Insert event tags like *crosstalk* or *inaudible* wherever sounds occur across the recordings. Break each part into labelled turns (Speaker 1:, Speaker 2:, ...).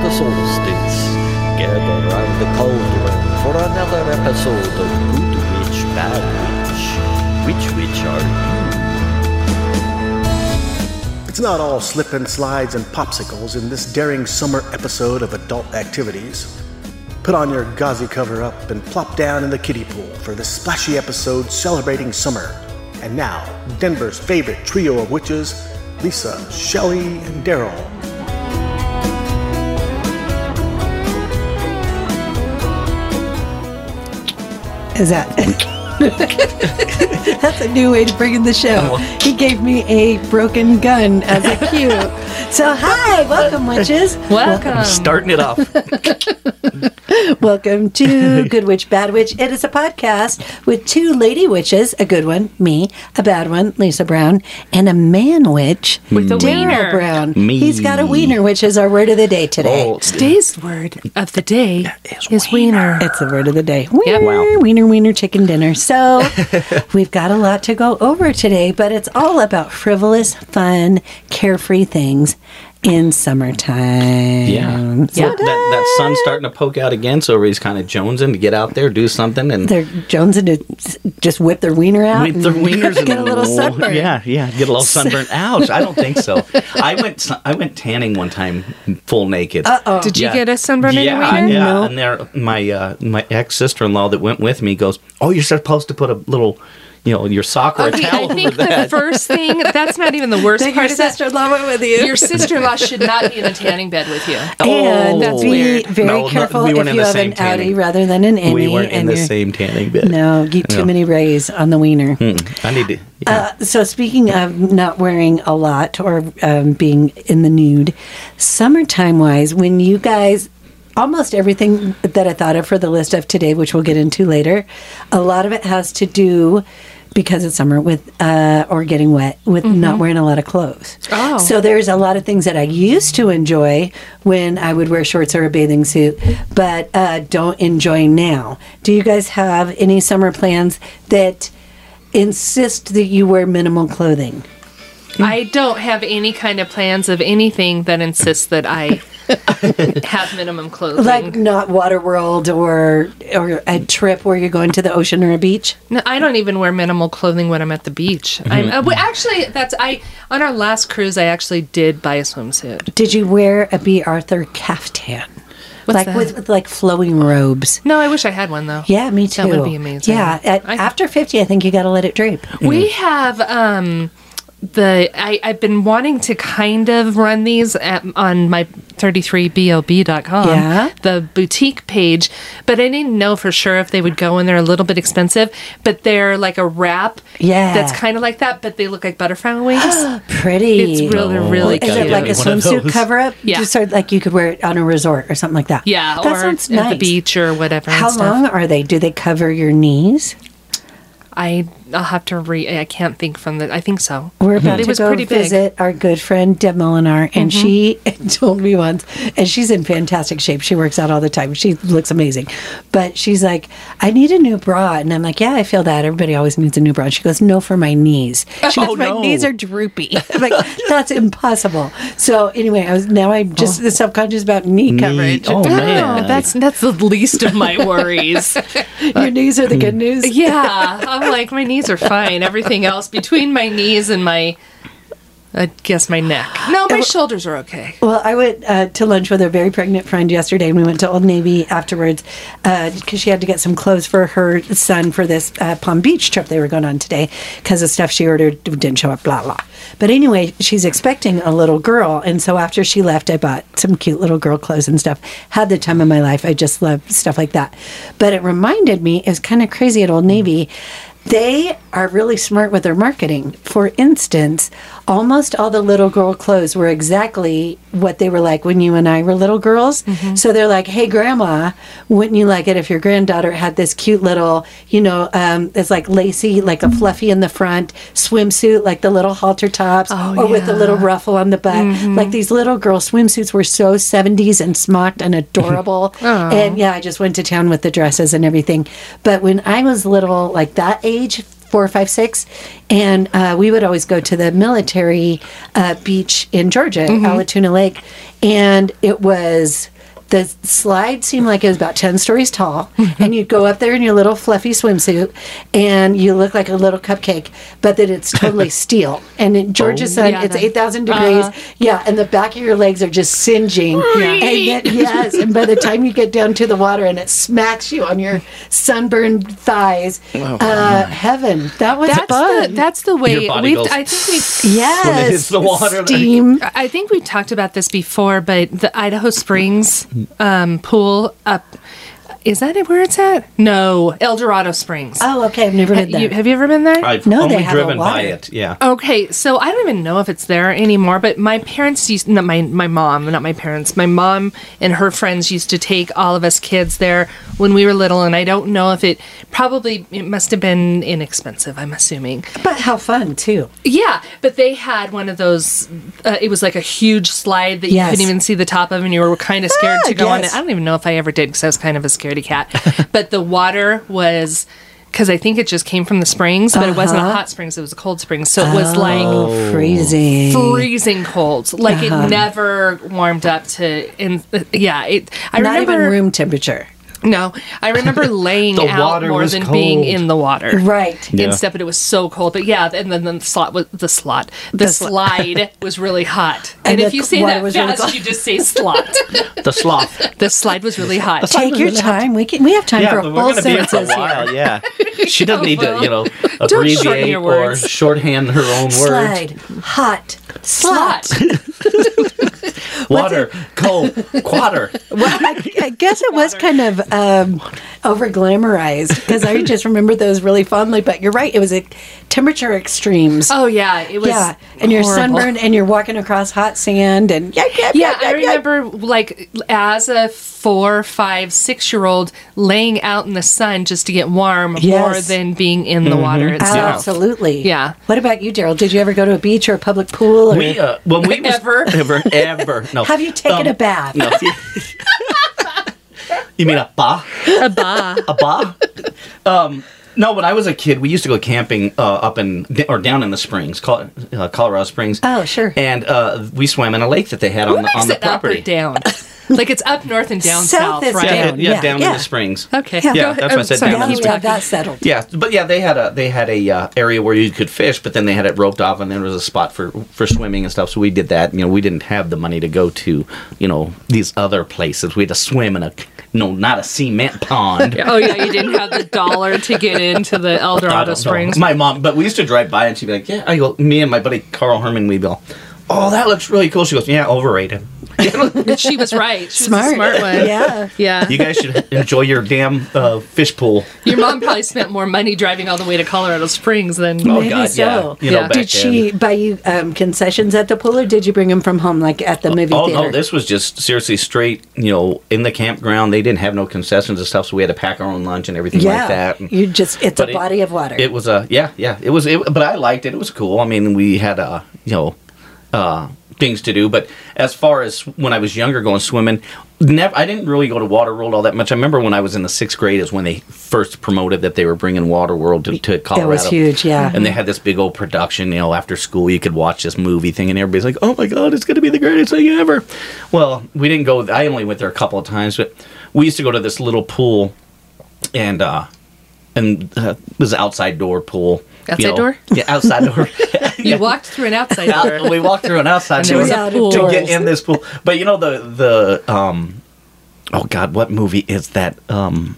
Speaker 1: solstice. Gather round the cauldron for another episode of Good Witch, Bad Witch. Which witch are you?
Speaker 2: It's not all slip and slides and popsicles in this daring summer episode of Adult Activities. Put on your gauzy cover up and plop down in the kiddie pool for this splashy episode celebrating summer. And now, Denver's favorite trio of witches, Lisa, Shelley, and Daryl.
Speaker 3: Is that? *laughs* That's a new way to bring in the show.
Speaker 1: Oh.
Speaker 3: He gave me a broken gun as a cue. So hi, welcome witches. Um.
Speaker 4: Welcome.
Speaker 1: Starting it
Speaker 3: *laughs*
Speaker 1: off.
Speaker 3: Welcome to Good Witch Bad Witch. It is a podcast with two lady witches, a good one, me, a bad one, Lisa Brown, and a man witch,
Speaker 4: With a
Speaker 3: Daniel
Speaker 4: wiener.
Speaker 3: Brown.
Speaker 1: Me.
Speaker 3: He's got a wiener, which is our word of the day today.
Speaker 1: oh,
Speaker 4: Today's word of the day is, wiener.
Speaker 3: It's the word of the day. Wiener,
Speaker 1: Wow.
Speaker 3: wiener, wiener, chicken dinner.
Speaker 5: *laughs*
Speaker 3: So we've got a lot to go over today, but it's all about frivolous, fun, carefree things in summertime.
Speaker 5: Yeah.
Speaker 3: So
Speaker 5: That, that sun's starting to poke out again, so everybody's kind of jonesing to get out there, do something, and
Speaker 3: They're jonesing to just whip their wiener out.
Speaker 5: with their
Speaker 3: and
Speaker 5: wingers
Speaker 3: *laughs*
Speaker 5: and
Speaker 3: get a little sunburn.
Speaker 5: Yeah, yeah, get a little
Speaker 3: *laughs*
Speaker 5: sunburn. Ouch! I don't think so. I went, sun- I went tanning one time, full naked. Uh oh!
Speaker 4: Did you get a sunburn in your
Speaker 5: yeah,
Speaker 4: wiener?
Speaker 5: Yeah,
Speaker 3: No.
Speaker 5: and there, my uh, my ex sister in law that went with me goes, "Oh, you're supposed to put a little, you know, your sock or a
Speaker 4: Okay,
Speaker 5: towel
Speaker 4: I
Speaker 5: over
Speaker 4: think the
Speaker 5: that."
Speaker 4: first thing, that's not even the worst
Speaker 3: Take your
Speaker 4: part of that.
Speaker 3: sister-in-law went with you.
Speaker 4: Your sister-in-law should not be in a tanning bed with you.
Speaker 5: Oh.
Speaker 3: and
Speaker 4: Oh, that's
Speaker 3: be
Speaker 4: weird.
Speaker 3: very
Speaker 5: No, no,
Speaker 3: careful
Speaker 5: we weren't
Speaker 3: if
Speaker 5: in
Speaker 3: you
Speaker 5: the
Speaker 3: have an
Speaker 5: same tanning.
Speaker 3: Audi rather than an Emmy.
Speaker 5: we weren't in
Speaker 3: and
Speaker 5: the
Speaker 3: you're-
Speaker 5: same tanning bed.
Speaker 3: No, get too
Speaker 5: No.
Speaker 3: many rays on the wiener.
Speaker 5: Hmm. I need to. yeah.
Speaker 3: Uh, so speaking of not wearing a lot or um, being in the nude, summertime wise, when you guys almost everything that I thought of for the list of today, which we'll get into later, a lot of it has to do because it's summer with uh, or getting wet with not wearing a lot of clothes.
Speaker 4: Oh.
Speaker 3: So there's a lot of things that I used to enjoy when I would wear shorts or a bathing suit, but uh, don't enjoy now. Do you guys have any summer plans that insist that you wear minimal clothing?
Speaker 4: I don't have any kind of plans of anything that insists that I
Speaker 5: *laughs*
Speaker 4: have minimum clothing.
Speaker 3: Like not Waterworld or or a trip where you're going to the ocean or a beach.
Speaker 4: No, I don't even wear minimal clothing when I'm at the beach. I'm,
Speaker 5: Mm-hmm.
Speaker 4: uh, well, actually, that's I. On our last cruise, I actually did buy a swimsuit.
Speaker 3: Did you wear a B. Arthur caftan?
Speaker 4: What's
Speaker 3: like
Speaker 4: that?
Speaker 3: With, with like flowing robes.
Speaker 4: No, I wish I had one though.
Speaker 3: Yeah, me too.
Speaker 4: That would be amazing.
Speaker 3: Yeah, at,
Speaker 4: I-
Speaker 3: after 50, I think you got to let it drape.
Speaker 4: We
Speaker 5: Mm.
Speaker 4: have um, the I, I've been wanting to kind of run these at, on my 33blb.com,
Speaker 3: Yeah.
Speaker 4: the boutique page, but I didn't know for sure if they would go and they're a little bit expensive, but they're like a wrap.
Speaker 3: Yeah.
Speaker 4: That's kind of like that, but they look like butterfly wings.
Speaker 3: *gasps* Pretty.
Speaker 4: it's really, really
Speaker 3: Oh, Is
Speaker 4: cute.
Speaker 3: it like a
Speaker 5: One of
Speaker 3: swimsuit
Speaker 5: those.
Speaker 3: cover up?
Speaker 4: Yeah.
Speaker 3: Just sort of like you could wear it on a resort or something like that.
Speaker 4: yeah,
Speaker 3: that
Speaker 4: or
Speaker 3: sounds
Speaker 4: at
Speaker 3: nice.
Speaker 4: the beach or whatever. and
Speaker 3: How
Speaker 4: stuff.
Speaker 3: long are they? Do they cover your knees?
Speaker 4: I I'll have to re. I can't think from the. I think so.
Speaker 3: We're about
Speaker 4: Mhm. It
Speaker 3: to
Speaker 4: was
Speaker 3: go
Speaker 4: pretty big. Mm-hmm.
Speaker 3: visit our good friend Deb Molinar, and she *laughs* told me once, and she's in fantastic shape. She works out all the time. She looks amazing, but she's like, "I need a new bra," and I'm like, "Yeah, I feel that. Everybody always needs a new bra." And she goes, "No, for my knees. She
Speaker 4: Oh,
Speaker 3: goes, my
Speaker 5: no.
Speaker 3: knees are
Speaker 4: *laughs*
Speaker 3: droopy. I'm like that's impossible." So anyway, I was now I'm just
Speaker 4: Oh.
Speaker 3: subconscious about knee, coverage.
Speaker 5: Oh man,
Speaker 4: that's that's the least of
Speaker 3: *laughs*
Speaker 4: my worries.
Speaker 3: Your knees are the good
Speaker 4: *laughs*
Speaker 3: news.
Speaker 4: Yeah, I'm like my knees are fine. Everything else between my knees and my, I guess my neck. No, my shoulders are okay.
Speaker 3: Well, I went uh, to lunch with a very pregnant friend yesterday, and we went to Old Navy afterwards because she had to get some clothes for her son for this uh, Palm Beach trip they were going on today because the stuff she ordered didn't show up, blah, blah. But anyway, she's expecting a little girl. And so after she left, I bought some cute little girl clothes and stuff. Had the time of my life. I just love stuff like that. But it reminded me, it was kind of crazy at Old Navy they are really smart with their marketing. For instance, almost all the little girl clothes were exactly what they were like when you and I were little girls. So they're like, "Hey, grandma, wouldn't you like it if your granddaughter had this cute little, you know, um, it's like lacy, like a fluffy in the front swimsuit, like the little halter tops, or with the little ruffle on the butt? Like these little girl swimsuits were so '70s and smocked and adorable. and yeah, I just went to town with the dresses and everything. But when I was little, like that age, four, five, six, and uh, we would always go to the military uh, beach in Georgia, Alatoona Lake, and it was The slide seemed like it was about 10 stories tall, and you'd go up there in your little fluffy swimsuit, and you look like a little cupcake, but then it's totally steel. And in Georgia sun,
Speaker 4: Yeah,
Speaker 3: it's
Speaker 4: the-
Speaker 3: 8,000 degrees. yeah, and the back of your legs are just singeing. And then, yes, and by the time you get down to the water and it smacks you on your sunburned thighs,
Speaker 5: Oh,
Speaker 3: uh, heaven. That was
Speaker 4: That's
Speaker 3: fun.
Speaker 4: the that's the way
Speaker 5: body
Speaker 4: we.
Speaker 5: goes,
Speaker 4: I think we.
Speaker 3: Yes.
Speaker 5: When it hits the water, like-
Speaker 3: Steam.
Speaker 4: I think we talked about this before, but the Idaho Springs um, pool up. Is that it where it's at? No, El Dorado Springs.
Speaker 3: Oh, okay. I've never
Speaker 4: have,
Speaker 3: been there.
Speaker 4: you, have you ever been there?
Speaker 5: I've
Speaker 3: No, they
Speaker 5: only
Speaker 3: have a
Speaker 5: driven by
Speaker 3: water.
Speaker 5: it. Yeah.
Speaker 4: Okay, so I don't even know if it's there anymore, but my parents used not my my mom, not my parents. My mom and her friends used to take all of us kids there when we were little, and I don't know if it probably it must have been inexpensive. I'm assuming.
Speaker 3: but how fun, too.
Speaker 4: Yeah, but they had one of those. Uh, it was like a huge slide that
Speaker 3: Yes.
Speaker 4: you couldn't even see the top of, and you were kind of scared
Speaker 3: Ah,
Speaker 4: to go on
Speaker 3: yes.
Speaker 4: it. I don't even know if I ever did because I was kind of a scaredy cat. *laughs* but the water was. Because I think it just came from the springs, but it wasn't a hot springs; it was a cold springs. So it was like
Speaker 3: Uh-huh. Oh, freezing.
Speaker 4: freezing cold. Like
Speaker 3: Uh-huh.
Speaker 4: it never warmed up to. And yeah, it. I
Speaker 3: Not
Speaker 4: remember.
Speaker 3: even room temperature.
Speaker 4: No,
Speaker 3: *laughs*
Speaker 4: I remember laying
Speaker 5: The
Speaker 4: out
Speaker 5: water
Speaker 4: more
Speaker 5: was
Speaker 4: than being
Speaker 5: cold.
Speaker 4: in the water.
Speaker 3: Right.
Speaker 5: Yeah.
Speaker 4: And stuff, but it was so cold. But yeah, and then the slot was the slot. The,
Speaker 3: sli- *laughs*
Speaker 4: slide was really hot. And,
Speaker 3: And
Speaker 4: if
Speaker 3: the
Speaker 4: you say
Speaker 3: water
Speaker 4: that
Speaker 3: was really
Speaker 4: fast,
Speaker 3: cold.
Speaker 4: you just say slot.
Speaker 3: *laughs*
Speaker 5: The sloth.
Speaker 4: the slide was really hot.
Speaker 3: Take your time. We can. We have time
Speaker 5: Yeah,
Speaker 3: for
Speaker 5: but we're
Speaker 3: whole
Speaker 5: going to be here for a
Speaker 3: sentences here.
Speaker 5: while.
Speaker 3: *laughs*
Speaker 5: Yeah. She doesn't need to, you know,
Speaker 4: Oh, shorten
Speaker 5: abbreviate
Speaker 4: your
Speaker 5: or
Speaker 4: words.
Speaker 5: shorthand her own
Speaker 3: Slide, hot, slot.
Speaker 4: Slot.
Speaker 5: words. Water, cold,
Speaker 3: *laughs*
Speaker 5: quarter.
Speaker 3: I guess it was kind of um, over glamorized because I just remember those really fondly. But you're right; it was a temperature extremes.
Speaker 4: Oh yeah, it was.
Speaker 3: yeah, and you're
Speaker 4: horrible.
Speaker 3: sunburned, and you're walking across hot sand, and yeah, yeah,
Speaker 4: Yeah, I remember like as a four, five, six year old laying out in the sun just to get warm more
Speaker 3: Yes. Mm-hmm.
Speaker 4: than being in the water itself.
Speaker 3: Absolutely.
Speaker 4: Yeah.
Speaker 3: What about you, Daryl? Did you ever go to a beach or a public pool? Or
Speaker 5: We, uh, when we was,
Speaker 4: Ever.
Speaker 5: *laughs* ever, ever. No.
Speaker 3: have you taken
Speaker 5: Um,
Speaker 3: a bath? *laughs*
Speaker 5: No. you mean a ba?
Speaker 4: A bah.
Speaker 5: A ba? Um, no, when I was a kid, we used to go camping uh, up in or down in the springs, Col- uh, Colorado Springs.
Speaker 3: Oh, sure.
Speaker 5: And uh, we swam in a lake that they had on the, on
Speaker 4: Is
Speaker 5: the
Speaker 4: it up or
Speaker 5: property.
Speaker 3: *laughs*
Speaker 4: down? like it's up north and down
Speaker 3: South
Speaker 4: south,
Speaker 3: is
Speaker 4: right?
Speaker 5: Yeah,
Speaker 3: Down,
Speaker 5: yeah,
Speaker 3: yeah,
Speaker 5: down in
Speaker 3: yeah.
Speaker 5: the springs.
Speaker 4: Okay.
Speaker 3: Yeah.
Speaker 5: Yeah, that's what I said,
Speaker 4: sorry,
Speaker 5: down
Speaker 3: yeah,
Speaker 5: in
Speaker 4: keep
Speaker 5: the
Speaker 3: yeah, *laughs*
Speaker 4: talking.
Speaker 3: that's settled.
Speaker 5: Yeah, but yeah, they had a they had a uh, area where you could fish, but then they had it roped off, and there was a spot for for swimming and stuff. So we did that. You know, we didn't have the money to go to you know these other places. We had to swim in a no, not a cement pond.
Speaker 4: Oh *laughs* yeah, you didn't have the dollar to get into the El
Speaker 5: I
Speaker 4: Dorado
Speaker 5: don't know.
Speaker 4: Springs.
Speaker 5: My mom, but we used to drive by, and she'd be like, "Yeah." I go, me and my buddy Carl Herman, we'd go, "Oh, that looks really cool." She goes, "Yeah, overrated."
Speaker 4: But *laughs* she was right. She was
Speaker 3: Smart.
Speaker 4: a smart one.
Speaker 3: Yeah.
Speaker 4: Yeah.
Speaker 5: You guys should enjoy your damn uh, fish pool.
Speaker 4: Your mom probably spent more money driving all the way to Colorado Springs than
Speaker 5: Oh
Speaker 3: Maybe
Speaker 5: God,
Speaker 3: so.
Speaker 5: yeah. You know,
Speaker 4: Yeah.
Speaker 5: back
Speaker 3: Did she
Speaker 5: then.
Speaker 3: buy you um, concessions at the pool, or did you bring them from home, like at the movie
Speaker 5: Oh
Speaker 3: theater?
Speaker 5: no, this was just seriously straight. You know, in the campground, they didn't have no concessions and stuff, so we had to pack our own lunch and everything
Speaker 3: yeah,
Speaker 5: like that. And-
Speaker 3: you just—it's a
Speaker 5: but it-
Speaker 3: body of water.
Speaker 5: It was a yeah, yeah. It was, it, but I liked it. It was cool. I mean, we had uh, you know, uh, things to do. But as far as when I was younger, going swimming, never. I didn't really go to Water World all that much. I remember when I was in the sixth grade is when they first promoted that they were bringing Water World to, to Colorado.
Speaker 3: that was huge. Yeah.
Speaker 5: And they had this big old production, you know, after school you could watch this movie thing, and everybody's like, "Oh my god, it's going to be the greatest thing ever!" Well, we didn't go. I only went there a couple of times, but we used to go to this little pool, and uh, and uh, it was an outside door pool. you
Speaker 4: Outside
Speaker 5: know.
Speaker 4: door?
Speaker 5: *laughs* Yeah,
Speaker 4: *laughs*
Speaker 5: outside door.
Speaker 4: You walked through an outside
Speaker 5: *laughs* Out-
Speaker 4: door.
Speaker 5: we walked through an outside
Speaker 4: And
Speaker 5: door
Speaker 4: there
Speaker 3: was a
Speaker 5: to
Speaker 3: pool.
Speaker 5: get in this pool. But you know the the um, oh god, what movie is that? Um,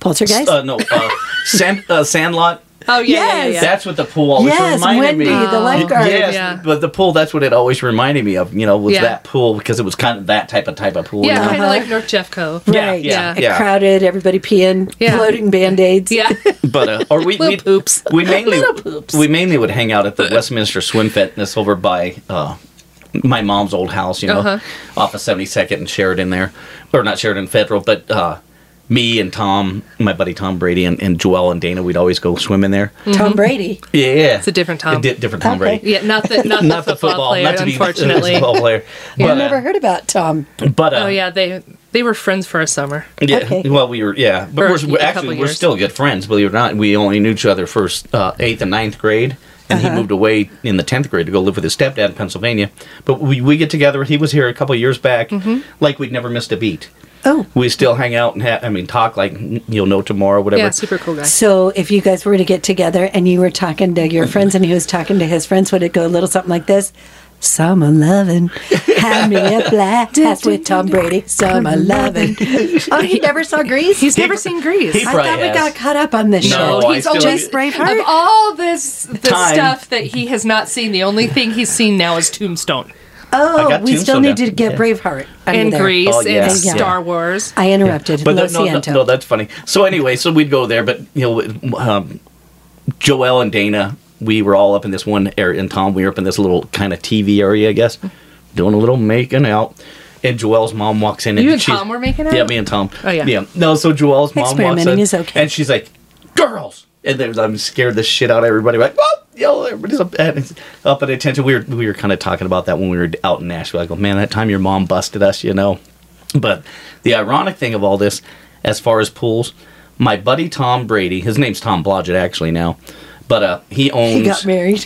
Speaker 3: Poltergeist.
Speaker 5: uh, no, uh, Sand, uh, Sandlot.
Speaker 4: Oh yeah, yeah, yeah,
Speaker 3: Yes.
Speaker 4: yeah.
Speaker 5: That's what the pool always
Speaker 3: yes,
Speaker 5: reminded
Speaker 3: Wendy,
Speaker 5: me.
Speaker 3: the lifeguard.
Speaker 5: Yes,
Speaker 4: Yeah.
Speaker 5: but the pool, that's what it always reminded me of, you know, was
Speaker 4: Yeah.
Speaker 5: that pool because it was kind of that type of type of pool.
Speaker 4: yeah,
Speaker 5: you know?
Speaker 4: kind of like North Jeffco.
Speaker 3: Right.
Speaker 5: Uh-huh. yeah,
Speaker 3: It
Speaker 5: yeah.
Speaker 3: Crowded. Everybody peeing.
Speaker 4: Yeah.
Speaker 3: Floating band aids.
Speaker 4: Yeah.
Speaker 5: But uh, or we we,
Speaker 4: *laughs* Little poops.
Speaker 5: we mainly
Speaker 4: Little poops.
Speaker 5: we mainly would hang out at the Westminster Swim Fitness over by uh, my mom's old house, you know,
Speaker 4: Uh-huh.
Speaker 5: off of Seventy Second and Sheridan there, or not Sheridan Federal, but uh, me and Tom, my buddy Tom Brady and, and Joel and Dana, we'd always go swim in there.
Speaker 3: Tom Brady.
Speaker 5: Yeah, yeah,
Speaker 4: Hmm. It's a different Tom.
Speaker 5: Di- different Tom
Speaker 3: Okay.
Speaker 5: Brady.
Speaker 4: Yeah, not the
Speaker 5: *laughs*
Speaker 4: not,
Speaker 5: Not
Speaker 4: the football, player,
Speaker 5: not to be *laughs*
Speaker 4: unfortunately.
Speaker 5: football player. But,
Speaker 3: I've never heard about Tom.
Speaker 5: uh, but uh,
Speaker 4: Oh yeah, they they were friends for a summer.
Speaker 5: Yeah.
Speaker 3: Okay.
Speaker 5: Well, we were. Yeah,
Speaker 4: For
Speaker 5: but we're,
Speaker 4: a
Speaker 5: we're
Speaker 4: couple
Speaker 5: actually we're
Speaker 4: years.
Speaker 5: still good friends. Believe it or not, we only knew each other first uh, eighth and ninth grade, and
Speaker 4: Uh-huh.
Speaker 5: he moved away in the tenth grade to go live with his stepdad in Pennsylvania. But we we get together. He was here a couple of years back,
Speaker 4: Mm-hmm.
Speaker 5: like we'd never missed a beat.
Speaker 3: Oh.
Speaker 5: We still hang out and ha- I mean talk like you'll know tomorrow, whatever.
Speaker 4: Yeah, super cool guy.
Speaker 3: So if you guys were to get together and you were talking to your friends and he was talking to his friends, would it go a little something like this? Summer loving, had me a blast with Tom Brady. Summer loving. Oh, he never saw Grease.
Speaker 4: He's never seen Grease.
Speaker 5: he-
Speaker 3: I
Speaker 5: Probably
Speaker 3: thought we
Speaker 5: has.
Speaker 3: got caught up on this
Speaker 5: No,
Speaker 3: show.
Speaker 5: I
Speaker 4: he's
Speaker 5: still-
Speaker 4: only-
Speaker 3: Just Braveheart.
Speaker 4: of all this the
Speaker 5: Time.
Speaker 4: stuff that he has not seen, the only thing he's seen now is Tombstone
Speaker 5: I
Speaker 3: oh,
Speaker 5: got
Speaker 3: we still
Speaker 5: Tombstone
Speaker 3: need
Speaker 5: down.
Speaker 3: to get
Speaker 5: Yeah.
Speaker 3: Braveheart under
Speaker 4: and
Speaker 3: there.
Speaker 4: Grease
Speaker 5: Oh, yeah.
Speaker 4: and
Speaker 5: Yeah.
Speaker 4: Star Wars.
Speaker 3: I interrupted.
Speaker 5: But
Speaker 3: Lo
Speaker 5: no, no, no,
Speaker 3: siento.
Speaker 5: no, that's funny. So anyway, so we'd go there, but you know, um, Joel and Dana, we were all up in this one area, and Tom, we were up in this little kind of TV area, I guess, doing a little making out. And Joel's mom walks in, and
Speaker 4: You and
Speaker 5: she's-
Speaker 4: Tom were making out?
Speaker 5: Yeah, me and Tom.
Speaker 4: Oh, yeah.
Speaker 5: yeah. No, so Joel's mom walks in,
Speaker 3: Experimenting is okay.
Speaker 5: and she's like, "Girls," and then I'm scared the shit out of everybody. Like, "Whoa!" Yo, everybody's up at, up at attention. We were we were kind of talking about that when we were out in Nashville. I go, man, that time your mom busted us, you know. But the ironic thing of all this, as far as pools, my buddy Tom Brady, his name's Tom Blodgett actually now, but uh, he owns.
Speaker 3: He got married.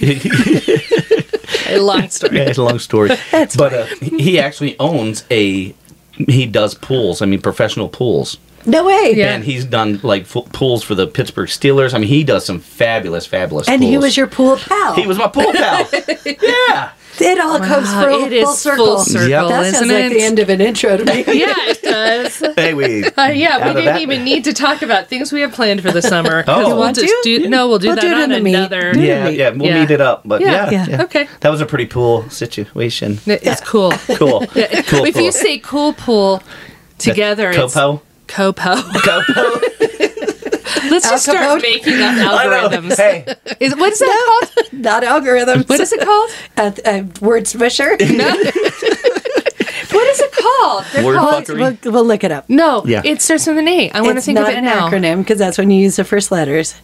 Speaker 4: A long story.
Speaker 5: *laughs* Yeah, *laughs* it's a long story.
Speaker 3: *laughs*
Speaker 5: but uh, he actually owns a. He does pools. I mean, professional pools.
Speaker 3: No way.
Speaker 4: Yeah.
Speaker 5: And he's done like fu- pools for the Pittsburgh Steelers. I mean, he does some fabulous, fabulous.
Speaker 3: And he
Speaker 5: pools.
Speaker 3: was your pool pal.
Speaker 5: He was my
Speaker 4: *laughs*
Speaker 5: pool pal. yeah.
Speaker 3: It all comes
Speaker 4: Wow,
Speaker 3: full,
Speaker 4: it is
Speaker 3: full circle.
Speaker 4: full circle,
Speaker 5: Yep.
Speaker 3: That
Speaker 4: isn't
Speaker 3: sounds like
Speaker 4: it?
Speaker 3: the end of an intro to me.
Speaker 4: *laughs* yeah, it
Speaker 5: *laughs*
Speaker 4: does. Uh,
Speaker 5: Hey, we.
Speaker 4: yeah,
Speaker 5: out of
Speaker 4: we didn't
Speaker 5: that-
Speaker 4: even need to talk about things we have planned for the summer.
Speaker 5: *laughs*
Speaker 4: 'cause
Speaker 5: Oh.
Speaker 4: we'll
Speaker 5: Want
Speaker 4: just
Speaker 3: to?
Speaker 4: do no, we'll do
Speaker 3: We'll
Speaker 4: that
Speaker 3: do it in
Speaker 4: on
Speaker 3: a meet.
Speaker 4: another.
Speaker 3: Do it.
Speaker 5: Yeah, yeah. We'll
Speaker 4: Yeah.
Speaker 5: meet it up, but
Speaker 4: Yeah,
Speaker 5: yeah,
Speaker 4: yeah. Okay.
Speaker 5: That was a pretty pool situation.
Speaker 4: It's cool.
Speaker 5: *laughs*
Speaker 4: *laughs*
Speaker 5: Cool. cool.
Speaker 4: if
Speaker 5: cool.
Speaker 4: you say cool pool together, it's
Speaker 5: Copo.
Speaker 4: copo.
Speaker 3: *laughs*
Speaker 5: Copo.
Speaker 4: *laughs* Let's just
Speaker 3: Alcapone?
Speaker 4: start making up
Speaker 5: I know.
Speaker 4: algorithms.
Speaker 5: Hey,
Speaker 4: Is, what is that called?
Speaker 3: Not algorithms.
Speaker 4: What
Speaker 3: *laughs*
Speaker 4: is it called?
Speaker 3: A, a word
Speaker 4: *laughs*
Speaker 3: swisher? *laughs*
Speaker 4: What is it called? They're
Speaker 5: Word
Speaker 4: called-
Speaker 5: fuckery.
Speaker 3: we'll, we'll look it up.
Speaker 4: No,
Speaker 5: Yeah.
Speaker 4: it starts with an A. I want to
Speaker 3: it's
Speaker 4: think
Speaker 3: not
Speaker 4: of it
Speaker 3: an
Speaker 4: now.
Speaker 3: acronym because that's when you use the first letters.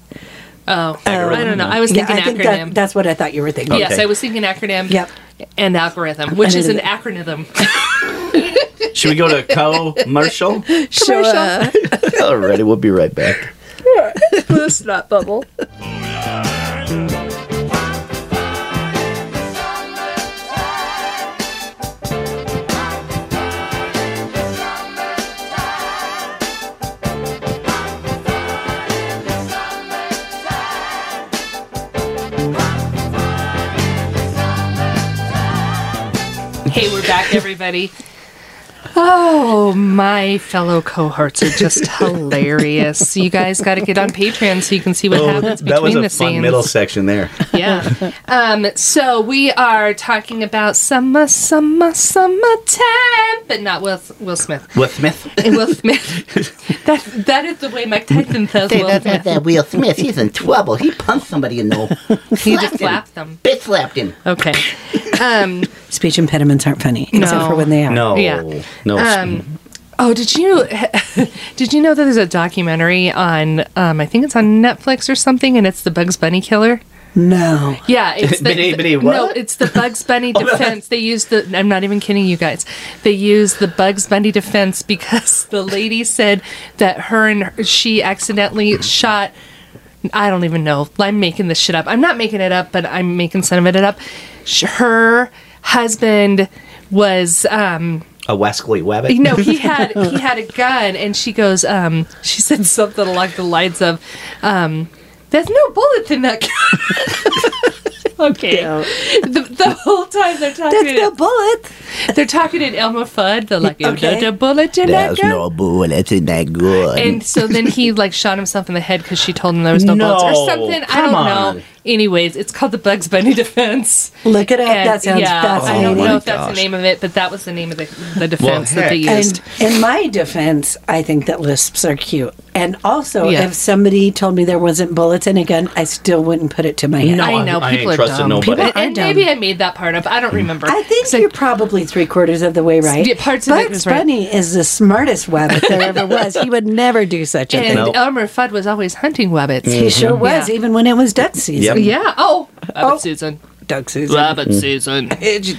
Speaker 4: Oh, I don't know. I was
Speaker 3: Yeah,
Speaker 4: thinking
Speaker 3: I think
Speaker 4: acronym.
Speaker 3: that, that's what I thought you were thinking.
Speaker 4: Yes,
Speaker 5: Okay.
Speaker 4: I was thinking acronym.
Speaker 3: Yep.
Speaker 4: And algorithm, which
Speaker 3: And
Speaker 4: is
Speaker 3: it
Speaker 4: an
Speaker 3: is-
Speaker 4: acronym. *laughs*
Speaker 5: should we go to
Speaker 4: *laughs*
Speaker 5: commercial?
Speaker 3: Sure.
Speaker 5: Alrighty, we'll be right back.
Speaker 4: It's not bubble. Hey, we're back, everybody. Oh, my fellow cohorts are
Speaker 5: *laughs*
Speaker 4: just hilarious. You guys got to get on Patreon so you can see what happens between
Speaker 5: Oh, that was a
Speaker 4: the
Speaker 5: fun
Speaker 4: scenes.
Speaker 5: middle section there.
Speaker 4: Yeah. *laughs* um, so we are talking about summer, summer, summertime, but not with Will Smith. *laughs*
Speaker 5: With Smith.
Speaker 4: Will *laughs* Smith. that that is the way Mike Tyson says
Speaker 6: Hey,
Speaker 4: Will
Speaker 6: that, that,
Speaker 4: Smith.
Speaker 6: that Will Smith, he's in trouble. He punched somebody in the
Speaker 4: *laughs* He just slapped them.
Speaker 6: bit slapped him.
Speaker 4: Okay.
Speaker 3: Speech impediments aren't funny, except
Speaker 4: No.
Speaker 3: for when they are.
Speaker 5: No.
Speaker 4: Yeah.
Speaker 5: No.
Speaker 4: Oh, did you *laughs* did you know that there's a documentary on um, I think it's on Netflix or something, and it's the Bugs Bunny killer.
Speaker 3: No.
Speaker 4: *laughs* Yeah, it's the,
Speaker 5: Bitty, bitty,
Speaker 4: no,
Speaker 5: what?
Speaker 4: it's the Bugs Bunny defense. They used the. I'm not even kidding you guys. They used the Bugs Bunny defense because *laughs* the lady said that her and her, she accidentally shot. I don't even know. I'm making this shit up. I'm not making it up, but I'm making some of it up. Sh- Her husband was um
Speaker 5: a wascally
Speaker 4: *laughs*
Speaker 5: wabbit.
Speaker 4: no, he
Speaker 3: *laughs*
Speaker 4: had he had a gun, and she goes, um, she said something along the lines of, um, "There's no bullets in that gun." *laughs* okay,
Speaker 3: Don't.
Speaker 4: the, the whole time they're talking,
Speaker 3: That's no
Speaker 4: it,
Speaker 3: bullet.
Speaker 4: they're talking in Elmer Fudd. They're like,
Speaker 3: Okay.
Speaker 4: "There's no bullet in that gun."
Speaker 6: bullets in that gun.
Speaker 4: And so then he like shot himself in the head because she told him there was no, bullets
Speaker 5: No,
Speaker 4: or something. I don't
Speaker 5: come
Speaker 4: know.
Speaker 5: on.
Speaker 4: Anyways, it's called the Bugs Bunny defense.
Speaker 3: Look it up.
Speaker 4: And,
Speaker 3: that sounds
Speaker 4: yeah, I
Speaker 3: fascinating.
Speaker 4: don't know if
Speaker 5: Oh my
Speaker 4: that's
Speaker 5: gosh.
Speaker 4: the name of it, but that was the name of the, the defense that they
Speaker 5: heck.
Speaker 4: used.
Speaker 3: And in my defense, I think that lisps are cute. And also,
Speaker 4: Yeah.
Speaker 3: if somebody told me there wasn't bullets in a gun, I still wouldn't put it to my head.
Speaker 5: No,
Speaker 4: I know
Speaker 5: I- I
Speaker 4: people
Speaker 5: ain't
Speaker 4: are
Speaker 5: trusting
Speaker 4: dumb.
Speaker 5: nobody.
Speaker 4: People
Speaker 3: People are
Speaker 4: and
Speaker 3: dumb.
Speaker 4: maybe I made that part up. I don't remember.
Speaker 3: I think
Speaker 4: 'Cause I-
Speaker 3: you're probably three quarters of the way right.
Speaker 4: Yeah, parts of
Speaker 3: Bugs
Speaker 4: it was right.
Speaker 3: Bunny is the smartest wabbit there ever was. He would never do such a
Speaker 4: and
Speaker 3: thing.
Speaker 5: No.
Speaker 4: Elmer Fudd was always hunting wabbits.
Speaker 3: He sure was,
Speaker 4: Yeah.
Speaker 3: even when it was duck season.
Speaker 5: Yep.
Speaker 4: Yeah. Oh, rabbit
Speaker 3: Oh.
Speaker 4: season.
Speaker 3: Duck season.
Speaker 4: Rabbit season.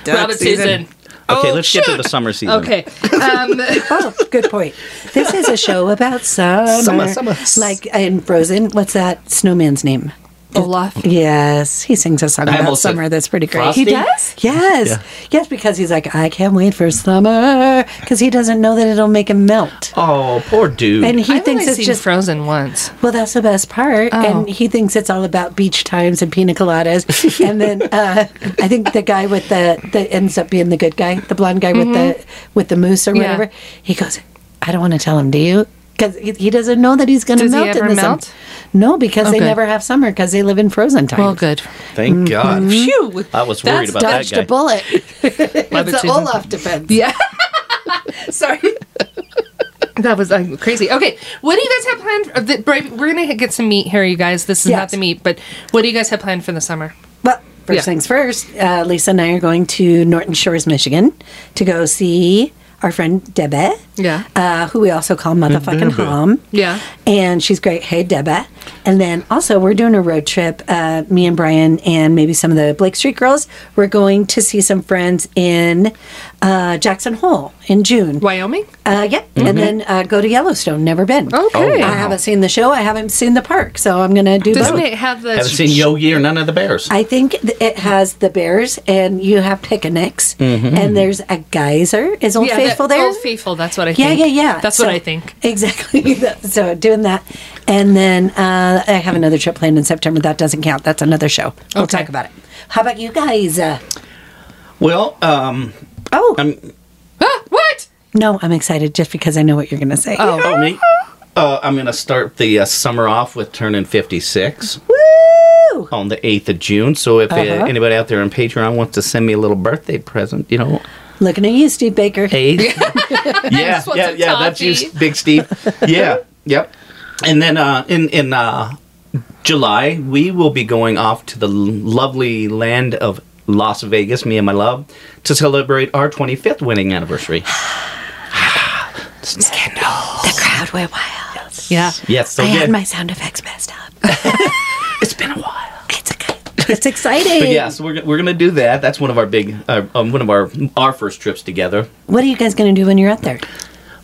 Speaker 4: rabbit season.
Speaker 5: Okay,
Speaker 4: Oh,
Speaker 5: let's get to the summer season.
Speaker 4: Okay. Um,
Speaker 3: Oh, good point. This is a show about summer.
Speaker 5: Summer, summer.
Speaker 3: Like in Frozen, what's that snowman's name?
Speaker 4: *laughs* Olaf.
Speaker 3: Yes, he sings a song
Speaker 5: I
Speaker 3: about
Speaker 5: almost said
Speaker 3: summer that's pretty great.
Speaker 5: Frosty?
Speaker 4: He does?
Speaker 3: Yes, yes, because he's like, I can't wait for summer, because he doesn't know that it'll make him melt,
Speaker 5: Oh, poor dude.
Speaker 3: and he
Speaker 4: I've
Speaker 3: thinks
Speaker 4: only
Speaker 3: it's
Speaker 4: seen Oh.
Speaker 3: just
Speaker 4: Frozen once.
Speaker 3: well, that's the best part, and he thinks it's all about beach times and pina
Speaker 5: *laughs*
Speaker 3: coladas, and then uh, I think the guy with the that ends up being the good guy, the blonde guy with the with the moose or
Speaker 4: Mm-hmm. Yeah.
Speaker 3: whatever, he goes, I don't want to tell him, do you? Because he he doesn't know that he's going to
Speaker 4: Does he
Speaker 3: melt in
Speaker 4: ever
Speaker 3: the summer.
Speaker 4: melt?
Speaker 3: No, because they
Speaker 4: Okay.
Speaker 3: never have summer because they live in frozen times.
Speaker 4: Well, good.
Speaker 5: Thank
Speaker 4: Mm-hmm.
Speaker 5: God.
Speaker 4: Phew.
Speaker 5: I was worried about that
Speaker 3: dodged
Speaker 5: guy.
Speaker 3: a *laughs* bullet. it's
Speaker 4: Levitating.
Speaker 3: the Olaf defense.
Speaker 4: Yeah. Sorry. *laughs* That was uh, crazy. Okay, what do you guys have planned? For the, brave- we're gonna get some meat here, you guys. This is
Speaker 3: Yes.
Speaker 4: not the meat, but what do you guys have planned for the summer?
Speaker 3: But first
Speaker 4: Yeah.
Speaker 3: things first, uh, Lisa and I are going to Norton Shores, Michigan, to go see our friend Debe,
Speaker 4: Yeah.
Speaker 3: uh, who we also call motherfucking Hom.
Speaker 4: Yeah.
Speaker 3: and she's great. Hey Debe, and then also we're doing a road trip. Uh, me and Brian and maybe some of the Blake Street girls. We're going to see some friends in uh, Jackson Hole in June.
Speaker 4: Wyoming.
Speaker 3: Uh, yep.
Speaker 5: Mm-hmm.
Speaker 3: And then uh, go to Yellowstone. Never been.
Speaker 4: Okay.
Speaker 3: I haven't seen the show. I haven't seen the park. So I'm going to do
Speaker 4: Doesn't
Speaker 3: both.
Speaker 4: it have the?
Speaker 5: Haven't seen Yogi or none of the bears.
Speaker 3: I think th- it has the bears and you have picnics
Speaker 5: Mm-hmm.
Speaker 3: and there's a geyser. Is Old
Speaker 4: Yeah, that-
Speaker 3: Faithful there?
Speaker 4: Old Faithful. That's what I
Speaker 3: yeah,
Speaker 4: think.
Speaker 3: yeah, yeah.
Speaker 4: That's
Speaker 3: So-
Speaker 4: what I think. *gasps*
Speaker 3: Exactly. *laughs* That- so doing that. And then uh, I have another trip planned in September. That doesn't count. That's another show. We'll
Speaker 4: Okay.
Speaker 3: talk about it. How about you guys? Uh,
Speaker 5: well, um,
Speaker 3: oh,
Speaker 5: I'm.
Speaker 4: Ah, what?
Speaker 3: no, I'm excited just because I know what you're going to say. Oh,
Speaker 5: Oh me. Uh, I'm gonna start the uh, summer off with turning 56
Speaker 3: Woo!
Speaker 5: on the 8th of June. So if uh,
Speaker 3: Uh-huh.
Speaker 5: anybody out there on Patreon wants to send me a little birthday present, you know,
Speaker 3: Looking at you, Steve Baker.
Speaker 5: eight. *laughs* yeah,
Speaker 4: want
Speaker 5: yeah,
Speaker 4: some
Speaker 5: yeah. That's you,
Speaker 4: toffee.
Speaker 5: Big Steve. Yeah, yep. And then uh, in in uh, July, we will be going off to the l- lovely land of Las Vegas, me and my love, to celebrate our 25th wedding anniversary.
Speaker 3: The crowd went wild.
Speaker 4: Yeah.
Speaker 5: Yes, so
Speaker 3: I
Speaker 5: yeah,
Speaker 3: had my sound effects messed up.
Speaker 5: it's been a while.
Speaker 3: It's okay. It's exciting.
Speaker 5: *laughs* But yeah, so we're, g- we're gonna do that. That's one of our big, uh, um, one of our our first trips together.
Speaker 3: What are you guys going to do when you're out there?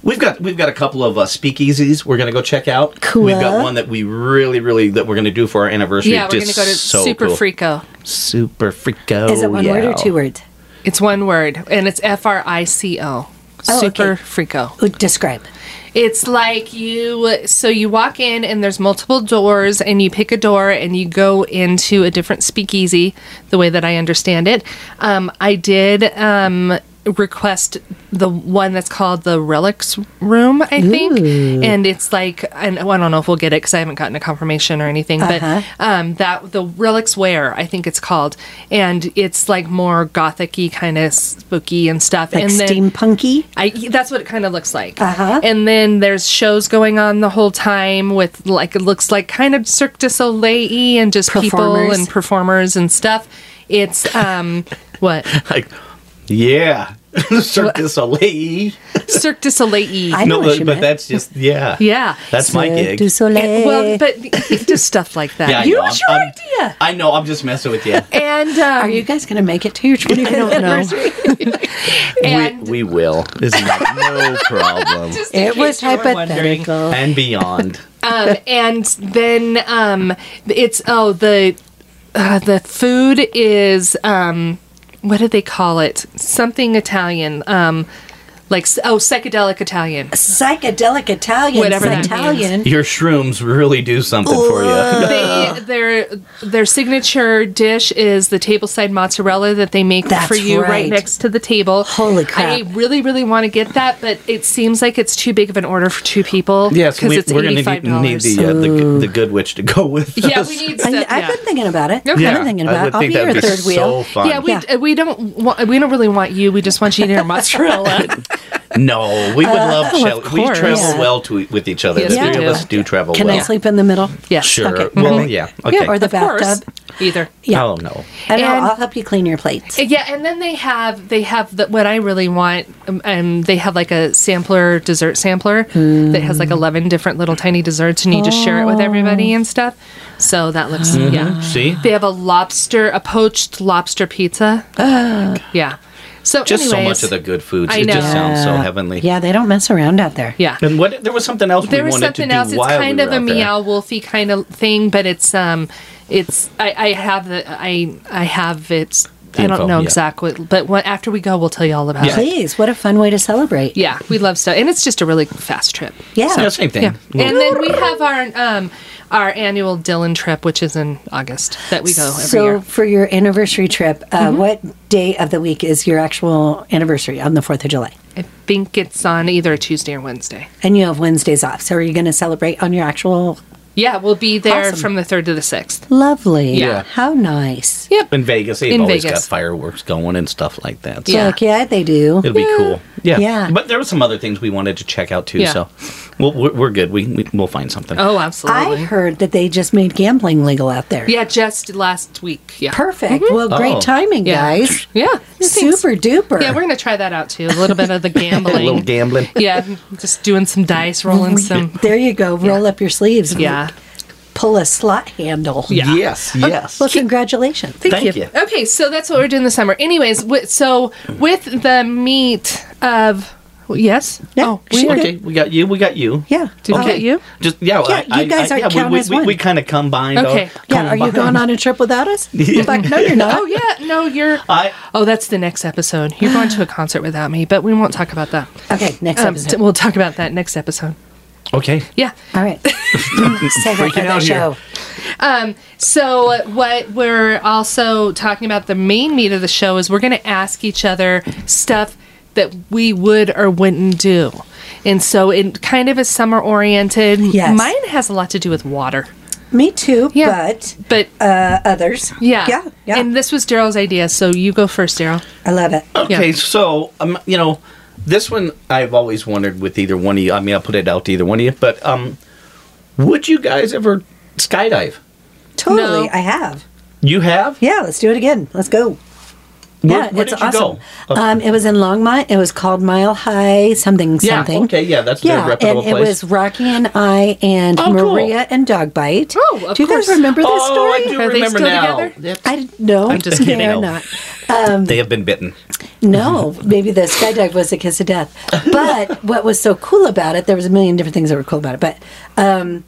Speaker 5: We've got we've got a couple of uh, speakeasies we're gonna go check out.
Speaker 3: Cool.
Speaker 5: We've got one that we really really that we're gonna do for our anniversary.
Speaker 4: Yeah, we're gonna
Speaker 5: Just
Speaker 4: go to
Speaker 5: so
Speaker 4: Super
Speaker 5: cool.
Speaker 4: Frico.
Speaker 5: Super Frico.
Speaker 3: Is it one word or two words?
Speaker 4: It's one word, and it's F R I C O.
Speaker 3: Oh,
Speaker 4: Super
Speaker 3: okay.
Speaker 4: Frico.
Speaker 3: Oh, Describe.
Speaker 4: It's like you so you walk in and there's multiple doors and you pick a door and you go into a different speakeasy the way that I understand it. Um, I did um, request the one that's called the Relics Room, I think, and it's like and oh, I don't know if we'll get it because I haven't gotten a confirmation or anything,
Speaker 3: Uh-huh.
Speaker 4: but um, that the Relics Wear I think it's called, and it's like more gothicy kind of spooky and stuff,
Speaker 3: Like
Speaker 4: and
Speaker 3: steampunky?
Speaker 4: I, that's what it kind of looks like.
Speaker 3: Uh-huh.
Speaker 4: And then there's shows going on the whole time with like it looks like kind of Cirque du Soleil and just people
Speaker 3: Performers.
Speaker 4: and performers and stuff. It's
Speaker 3: *laughs*
Speaker 4: um what
Speaker 5: *laughs* Like, yeah, *laughs* Cirque du Soleil.
Speaker 4: Cirque du Soleil.
Speaker 3: I know
Speaker 5: No,
Speaker 3: what
Speaker 5: but,
Speaker 3: you
Speaker 5: but
Speaker 3: meant.
Speaker 5: that's just yeah.
Speaker 4: Yeah.
Speaker 5: that's my
Speaker 3: Cirque
Speaker 5: gig.
Speaker 3: du Soleil.
Speaker 4: It- well, but just stuff like that.
Speaker 5: Yeah, I
Speaker 3: You-
Speaker 5: know,
Speaker 3: it's
Speaker 5: I'm-
Speaker 3: your
Speaker 5: I'm-
Speaker 3: idea.
Speaker 5: I know. I'm just messing
Speaker 4: *laughs*
Speaker 5: with you.
Speaker 4: and um,
Speaker 3: Um, are you guys going to make it to your
Speaker 5: *laughs*
Speaker 3: 25th anniversary?
Speaker 4: um, and
Speaker 5: we will. This is no
Speaker 3: *laughs*
Speaker 5: problem.
Speaker 4: just in
Speaker 3: It was
Speaker 4: case you were wondering.
Speaker 3: hypothetical.
Speaker 5: and beyond.
Speaker 4: um, and then um, it's oh the uh, the food is um, what do they call it? Something Italian, um, like s- oh psychedelic Italian.
Speaker 3: Psychedelic Italian.
Speaker 4: Whatever that
Speaker 3: Italian.
Speaker 5: Your shrooms really do something for you.
Speaker 3: uh-huh.
Speaker 4: They, their their signature dish is the tableside mozzarella that they make
Speaker 3: That's
Speaker 4: for you right.
Speaker 3: right.
Speaker 4: next to the table.
Speaker 3: Holy crap.
Speaker 4: I really really want to get that, but it seems like it's too big of an order for two people.
Speaker 5: Yes,
Speaker 4: because
Speaker 5: we,
Speaker 4: it's
Speaker 5: we're going
Speaker 4: eighty
Speaker 5: to
Speaker 4: five
Speaker 5: need
Speaker 4: dollars.
Speaker 5: the, uh, the g- the good witch to go with
Speaker 4: yeah,
Speaker 5: us.
Speaker 4: we need.
Speaker 3: I,
Speaker 4: Stuff,
Speaker 3: I've
Speaker 4: yeah.
Speaker 3: been thinking about it.
Speaker 4: Okay.
Speaker 3: I've
Speaker 5: Yeah,
Speaker 3: been thinking
Speaker 5: I
Speaker 3: about
Speaker 5: would
Speaker 3: it. I'll be
Speaker 5: think that
Speaker 3: your
Speaker 5: would be
Speaker 3: third
Speaker 5: so
Speaker 3: wheel.
Speaker 5: fun.
Speaker 4: Yeah, we,
Speaker 3: Yeah.
Speaker 4: uh, we don't wa- we don't really want you. We just want you to eat our mozzarella.
Speaker 5: No, we would love. Shell. we
Speaker 4: course.
Speaker 5: travel
Speaker 3: Yeah.
Speaker 5: well to, with each other.
Speaker 4: Yes,
Speaker 5: the
Speaker 4: we
Speaker 5: three
Speaker 4: do.
Speaker 5: of us do travel
Speaker 3: Can
Speaker 5: well.
Speaker 3: I sleep in the middle?
Speaker 4: yes.
Speaker 5: Sure.
Speaker 3: Okay.
Speaker 5: Well,
Speaker 3: Mhm.
Speaker 5: yeah. Okay.
Speaker 3: or *laughs* the
Speaker 4: Of course.
Speaker 3: bathtub.
Speaker 4: Either.
Speaker 3: Yeah.
Speaker 5: Oh no.
Speaker 3: And, I'll,
Speaker 4: And-
Speaker 3: I'll help you clean your plates.
Speaker 4: Yeah, and then they have they have the, what I really want. Um, um, they have like a sampler dessert sampler that has
Speaker 3: Hmm.
Speaker 4: like eleven different little tiny desserts, and you just share it with everybody
Speaker 3: Oh.
Speaker 4: and stuff. So that looks
Speaker 3: Mm-hmm.
Speaker 4: yeah.
Speaker 5: See?
Speaker 4: They have a lobster, a poached lobster pizza. yeah. So
Speaker 5: Just so
Speaker 4: anyways,
Speaker 5: much of the good foods.
Speaker 4: I
Speaker 5: It
Speaker 4: know.
Speaker 5: just sounds so heavenly.
Speaker 3: Yeah, they don't mess around out there.
Speaker 4: yeah.
Speaker 5: And what there was something else
Speaker 4: there
Speaker 5: we
Speaker 4: was
Speaker 5: wanted
Speaker 4: something
Speaker 5: to do
Speaker 4: else. It's
Speaker 5: while we
Speaker 4: kind
Speaker 5: were
Speaker 4: of a
Speaker 5: out there.
Speaker 4: meow wolfy kind of thing, but it's um, it's I, I have the I I have it. I
Speaker 5: info,
Speaker 4: don't know
Speaker 5: yeah.
Speaker 4: exactly, but what, after we go, we'll tell you all about it.
Speaker 3: Please, what a fun way to celebrate.
Speaker 4: Yeah, we love stuff, and it's just a really fast trip.
Speaker 3: Yeah.
Speaker 5: Yeah, same thing.
Speaker 4: Yeah, and then we have our um our annual Dylan trip, which is in August that we go every
Speaker 3: so
Speaker 4: year. Mm-hmm.
Speaker 3: for your anniversary trip, uh, what day of the week is your actual anniversary on the 4th of July?
Speaker 4: I think it's on either a Tuesday or Wednesday.
Speaker 3: And you have Wednesdays off. So are you going to celebrate on your actual
Speaker 4: Yeah, we'll be there
Speaker 3: Awesome.
Speaker 4: from the third to the sixth.
Speaker 3: lovely?
Speaker 4: Yeah.
Speaker 3: How nice.
Speaker 4: Yep.
Speaker 5: In Vegas, they've
Speaker 4: In
Speaker 5: always
Speaker 4: Vegas.
Speaker 5: got fireworks going and stuff like that. So
Speaker 4: Yeah.
Speaker 3: Heck yeah, they do.
Speaker 5: It'll be cool. Yeah.
Speaker 3: Yeah.
Speaker 5: But there were some other things we wanted to check out too.
Speaker 4: Yeah.
Speaker 5: So we'll, we're, we're good. We, we, we'll find something.
Speaker 4: Oh,
Speaker 3: I
Speaker 4: absolutely.
Speaker 3: heard that they just made gambling legal out there.
Speaker 4: yeah, just last week. Yeah.
Speaker 3: Perfect. Well, great
Speaker 5: Oh.
Speaker 3: timing,
Speaker 4: Yeah.
Speaker 3: guys.
Speaker 4: Yeah.
Speaker 3: Super duper.
Speaker 4: Yeah, we're gonna try that out too. A little bit of
Speaker 5: *laughs*
Speaker 4: the gambling.
Speaker 5: A little gambling.
Speaker 4: Yeah, just doing some dice, rolling some.
Speaker 3: there you go. Roll up your sleeves. and
Speaker 4: Yeah.
Speaker 3: Pull a slot handle.
Speaker 4: Yeah.
Speaker 5: Yes. Yes.
Speaker 3: Well, congratulations.
Speaker 5: Thank you.
Speaker 4: Okay, so that's what we're doing this summer. Anyways, wi- so with the meat of yes,
Speaker 3: Yeah,
Speaker 4: oh,
Speaker 3: sure.
Speaker 4: we,
Speaker 5: okay. We got you. We got you.
Speaker 3: Yeah.
Speaker 4: Did we
Speaker 3: Oh,
Speaker 4: get you?
Speaker 5: Just yeah.
Speaker 3: Yeah,
Speaker 5: I,
Speaker 3: you guys
Speaker 5: I,
Speaker 3: are
Speaker 5: yeah, we-
Speaker 3: counted
Speaker 5: we,
Speaker 3: as
Speaker 5: we,
Speaker 3: one.
Speaker 5: we kind of combined. all-
Speaker 4: Okay.
Speaker 3: Yeah. Are you
Speaker 5: combined.
Speaker 3: going on a trip without
Speaker 4: *laughs*
Speaker 3: us? Like, no, you're not.
Speaker 4: Oh *laughs* yeah, no, you're.
Speaker 5: I
Speaker 4: oh, that's the next episode. You're going to a concert without me, but we won't talk about that.
Speaker 3: Okay. Next
Speaker 4: Um,
Speaker 3: episode.
Speaker 4: t- we'll talk about that next episode.
Speaker 5: okay.
Speaker 4: Yeah.
Speaker 3: All
Speaker 4: *laughs*
Speaker 3: right. *laughs* Save it for the
Speaker 5: out here.
Speaker 3: show.
Speaker 4: So uh, what we're also talking about the main meat of the show is we're going to ask each other stuff that we would or wouldn't do. And so it kind of is summer oriented.
Speaker 3: Yes.
Speaker 4: Mine has a lot to do with water.
Speaker 3: Me too,
Speaker 4: Yeah.
Speaker 3: but
Speaker 4: But
Speaker 3: uh, others.
Speaker 4: yeah.
Speaker 3: Yeah. Yeah.
Speaker 4: And this was Daryl's idea, so you go first, Daryl.
Speaker 3: I love it.
Speaker 5: Okay,
Speaker 4: Yeah.
Speaker 5: so um, you know, this one I've always wondered with either one of you. I mean, I'll put it out to either one of you, but um, would you guys ever skydive?
Speaker 3: Totally.
Speaker 4: No.
Speaker 3: I have.
Speaker 5: You have?
Speaker 3: Yeah. Let's do it again. Let's go.
Speaker 5: Where-
Speaker 3: yeah.
Speaker 5: where
Speaker 3: it's
Speaker 5: did you
Speaker 3: awesome.
Speaker 5: go? Uh,
Speaker 3: Um, it was in Longmont. It was called Mile High something
Speaker 5: Yeah.
Speaker 3: something.
Speaker 5: Okay. Yeah, that's their
Speaker 3: Yeah, and
Speaker 5: reputable
Speaker 3: it
Speaker 5: place.
Speaker 3: was Rocky and I and
Speaker 5: Oh, cool.
Speaker 3: Maria and Dogbite.
Speaker 4: Oh, of
Speaker 3: do you
Speaker 4: course.
Speaker 3: guys remember this
Speaker 5: oh, I
Speaker 3: story?
Speaker 5: do
Speaker 4: Are they
Speaker 5: remember
Speaker 4: still
Speaker 5: now.
Speaker 4: together?
Speaker 5: Yep.
Speaker 3: I no,
Speaker 5: I'm just kidding.
Speaker 3: They are
Speaker 5: No.
Speaker 3: not.
Speaker 5: They have been bitten.
Speaker 3: No, maybe the skydive was a kiss of death.
Speaker 5: *laughs*
Speaker 3: But what was so cool about it, there was a million different things that were cool about it. But um,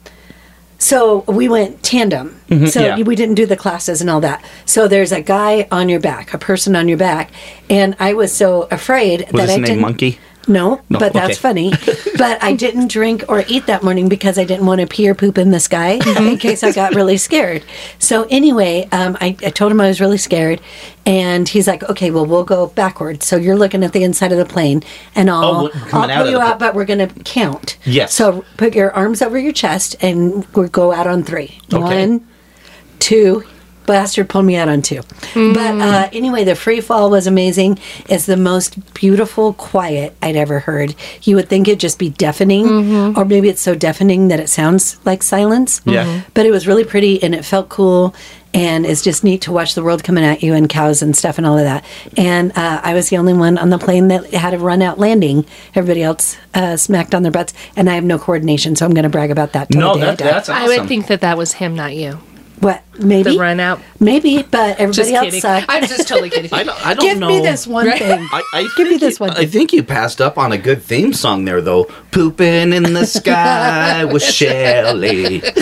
Speaker 3: so we went tandem. So
Speaker 5: Mm-hmm, yeah.
Speaker 3: we didn't do the classes and all that. So there's a guy on your back, a person on your back, and I was so afraid
Speaker 5: Was
Speaker 3: that
Speaker 5: his
Speaker 3: I
Speaker 5: name
Speaker 3: didn't.
Speaker 5: Monkey?
Speaker 3: No,
Speaker 5: No,
Speaker 3: but that's
Speaker 5: okay. *laughs*
Speaker 3: funny. but I didn't drink or eat that morning because I didn't want to pee or poop in the sky
Speaker 5: Mm-hmm.
Speaker 3: in case I got really scared. So anyway, um, I, I told him I was really scared, and he's like, "Okay, well, we'll go backwards. So you're looking at the inside of the plane, and
Speaker 5: Oh,
Speaker 3: I'll
Speaker 5: we're coming
Speaker 3: I'll
Speaker 5: out of
Speaker 3: pull you
Speaker 5: the
Speaker 3: out,
Speaker 5: pl-
Speaker 3: but we're gonna count.
Speaker 5: Yes.
Speaker 3: So put your arms over your chest, and we'll go out on three.
Speaker 5: Okay.
Speaker 3: One, two. Bastard pulled me out on two. But
Speaker 4: Hmm.
Speaker 3: uh, anyway, the free fall was amazing. It's the most beautiful quiet I'd ever heard. You would think it'd just be deafening,
Speaker 4: Mm-hmm.
Speaker 3: or maybe it's so deafening that it sounds like silence.
Speaker 5: Yeah. Mhm.
Speaker 3: But it was really pretty and it felt cool. And it's just neat to watch the world coming at you and cows and stuff and all of that. And uh, I was the only one on the plane that had a run out landing. Everybody else uh, smacked on their butts. And I have no coordination, so I'm going to brag about that. till
Speaker 5: No,
Speaker 3: the day I
Speaker 5: that,
Speaker 3: die.
Speaker 5: that's awesome.
Speaker 4: I would think that that was him, not you.
Speaker 3: What? Maybe
Speaker 4: The run out.
Speaker 3: Maybe, but everybody
Speaker 4: Just
Speaker 3: else
Speaker 4: kidding.
Speaker 3: sucked.
Speaker 4: I'm just totally kidding.
Speaker 5: *laughs* I don't, I don't
Speaker 3: Give
Speaker 5: know.
Speaker 3: me this one
Speaker 4: Right.
Speaker 3: thing.
Speaker 5: I, I
Speaker 3: Give me
Speaker 5: think
Speaker 3: this
Speaker 5: you-
Speaker 3: one.
Speaker 5: I think you passed up on a good theme song there, though. Pooping in the sky
Speaker 3: *laughs*
Speaker 5: with Shelley.
Speaker 3: That's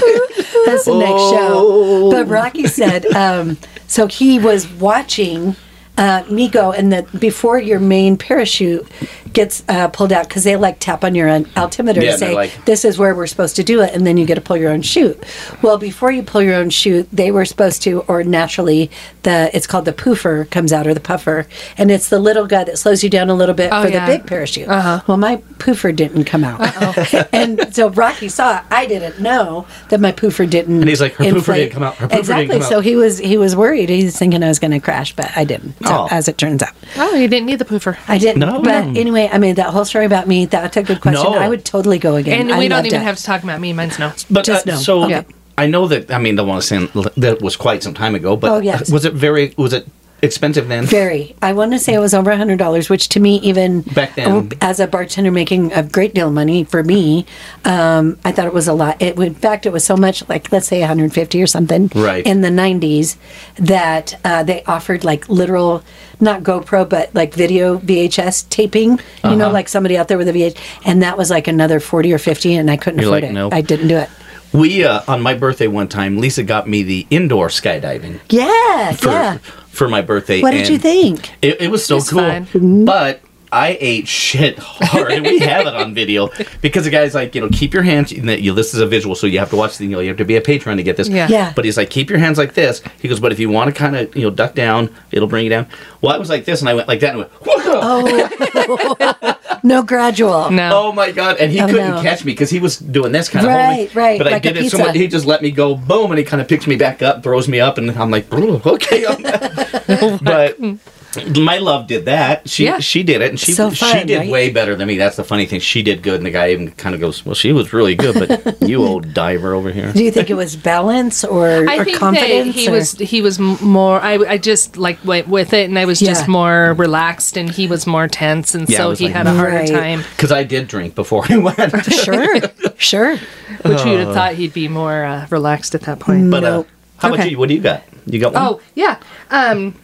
Speaker 3: the next
Speaker 5: Oh.
Speaker 3: show. But Rocky
Speaker 5: *laughs*
Speaker 3: said, um, so he was watching uh, me go, and the before your main parachute gets uh, pulled out, because they like tap on your un- altimeter
Speaker 5: Yeah,
Speaker 3: to
Speaker 5: they're
Speaker 3: say,
Speaker 5: like-
Speaker 3: this is where we're supposed to do it, and then you get to pull your own chute. Well, before you pull your own chute, they were supposed to, or naturally, the it's called the poofer comes out or the puffer, and it's the little guy that slows you down a little bit
Speaker 4: Oh,
Speaker 3: for
Speaker 4: yeah. Uh-huh.
Speaker 3: the big parachute. Well, my poofer didn't come out, *laughs* and so Rocky saw it. I didn't know that my poofer didn't.
Speaker 5: And he's like, "Her poofer didn't
Speaker 3: inflate."
Speaker 5: come out. Her poofer didn't
Speaker 3: exactly.
Speaker 5: come out.
Speaker 3: So he was he was worried. He's thinking I was going to crash, but I didn't. So,
Speaker 5: Oh.
Speaker 3: As it turns out,
Speaker 4: *laughs* Oh, you didn't need the poofer.
Speaker 3: I didn't.
Speaker 5: No.
Speaker 3: But anyway, I mean that whole story about me. That's a good question.
Speaker 5: No.
Speaker 3: I would totally go again.
Speaker 4: And
Speaker 3: I
Speaker 4: we don't
Speaker 3: loved
Speaker 4: even
Speaker 3: it.
Speaker 4: have to talk about me. Mine's no.
Speaker 5: But
Speaker 3: Just
Speaker 5: uh,
Speaker 3: no.
Speaker 5: so
Speaker 4: Okay.
Speaker 5: I know that. I mean, the one saying that was quite some time ago. But
Speaker 3: Oh, yes.
Speaker 5: was it very? Was it expensive then?
Speaker 3: Very. I want to say it was over a hundred dollars, which to me, even Oh,
Speaker 5: Back then.
Speaker 3: as a bartender making a great deal of money for me, um, I thought it was a lot. It would- in fact, it was so much, like let's say one hundred fifty or something,
Speaker 5: Right.
Speaker 3: In the nineties, that uh, they offered like literal, not GoPro, but like video VHS taping. You
Speaker 5: Uh-huh.
Speaker 3: know, like somebody out there with a VHS, and that was like another forty or fifty, and I couldn't
Speaker 5: You're
Speaker 3: afford
Speaker 5: like,
Speaker 3: it.
Speaker 5: nope.
Speaker 3: I didn't do it.
Speaker 5: We uh, on my birthday one time, Lisa got me the indoor skydiving
Speaker 3: Yes.
Speaker 5: for *laughs*
Speaker 3: yeah.
Speaker 5: for my birthday.
Speaker 3: What did
Speaker 5: and
Speaker 3: you think?
Speaker 5: It, it was so
Speaker 4: It's
Speaker 5: cool,
Speaker 4: fine.
Speaker 5: but. I ate shit *laughs* hard, and we have it on video because the guy's like, you know, keep your hands. And that- you know, this is a visual, so you have to watch the. You know, you have to be a patron to get this.
Speaker 4: Yeah.
Speaker 3: Yeah.
Speaker 5: But he's like, keep your hands like this. He goes, but if you want to kind of, you know, duck down, it'll bring you down. Well, I was like this, and I went like that, and went, "Whoa!"
Speaker 3: Oh. *laughs* No gradual.
Speaker 4: No.
Speaker 5: Oh my god! And he
Speaker 3: Oh,
Speaker 5: couldn't
Speaker 3: no.
Speaker 5: catch me because he was doing this kind of
Speaker 3: Right, right,
Speaker 5: But
Speaker 3: like a
Speaker 5: I did it so
Speaker 3: pizza.
Speaker 5: much he just let me go boom, and he kind of picks me back up, throws me up, and I'm like, "Bruh, okay. *laughs* I'm-" but my love did that. She
Speaker 4: Yeah.
Speaker 5: she did it, and she
Speaker 3: So
Speaker 5: she
Speaker 3: fun,
Speaker 5: did
Speaker 3: right?
Speaker 5: way better than me. That's the funny thing. She did good, and the guy even kind of goes, "Well, she was really good,
Speaker 3: *laughs*
Speaker 5: but you old diver over here."
Speaker 3: Do you think it was balance or,
Speaker 4: I
Speaker 3: or
Speaker 4: think that
Speaker 3: confidence?
Speaker 4: he
Speaker 3: or-
Speaker 4: was *laughs* he was m- more. I, I just like went with it, and I was
Speaker 3: Yeah.
Speaker 4: just more relaxed, and he was more tense, and
Speaker 5: Yeah, I
Speaker 4: so
Speaker 5: was
Speaker 4: he
Speaker 5: like-
Speaker 4: had a harder
Speaker 3: Right.
Speaker 4: time.
Speaker 5: Because I did drink before I *laughs* went.
Speaker 3: sure, sure.
Speaker 4: Which you'd have thought he'd be more uh, relaxed at that point.
Speaker 5: But uh,
Speaker 3: Nope.
Speaker 5: how about
Speaker 4: Okay.
Speaker 5: you? What do you got? You got one?
Speaker 4: oh yeah, um,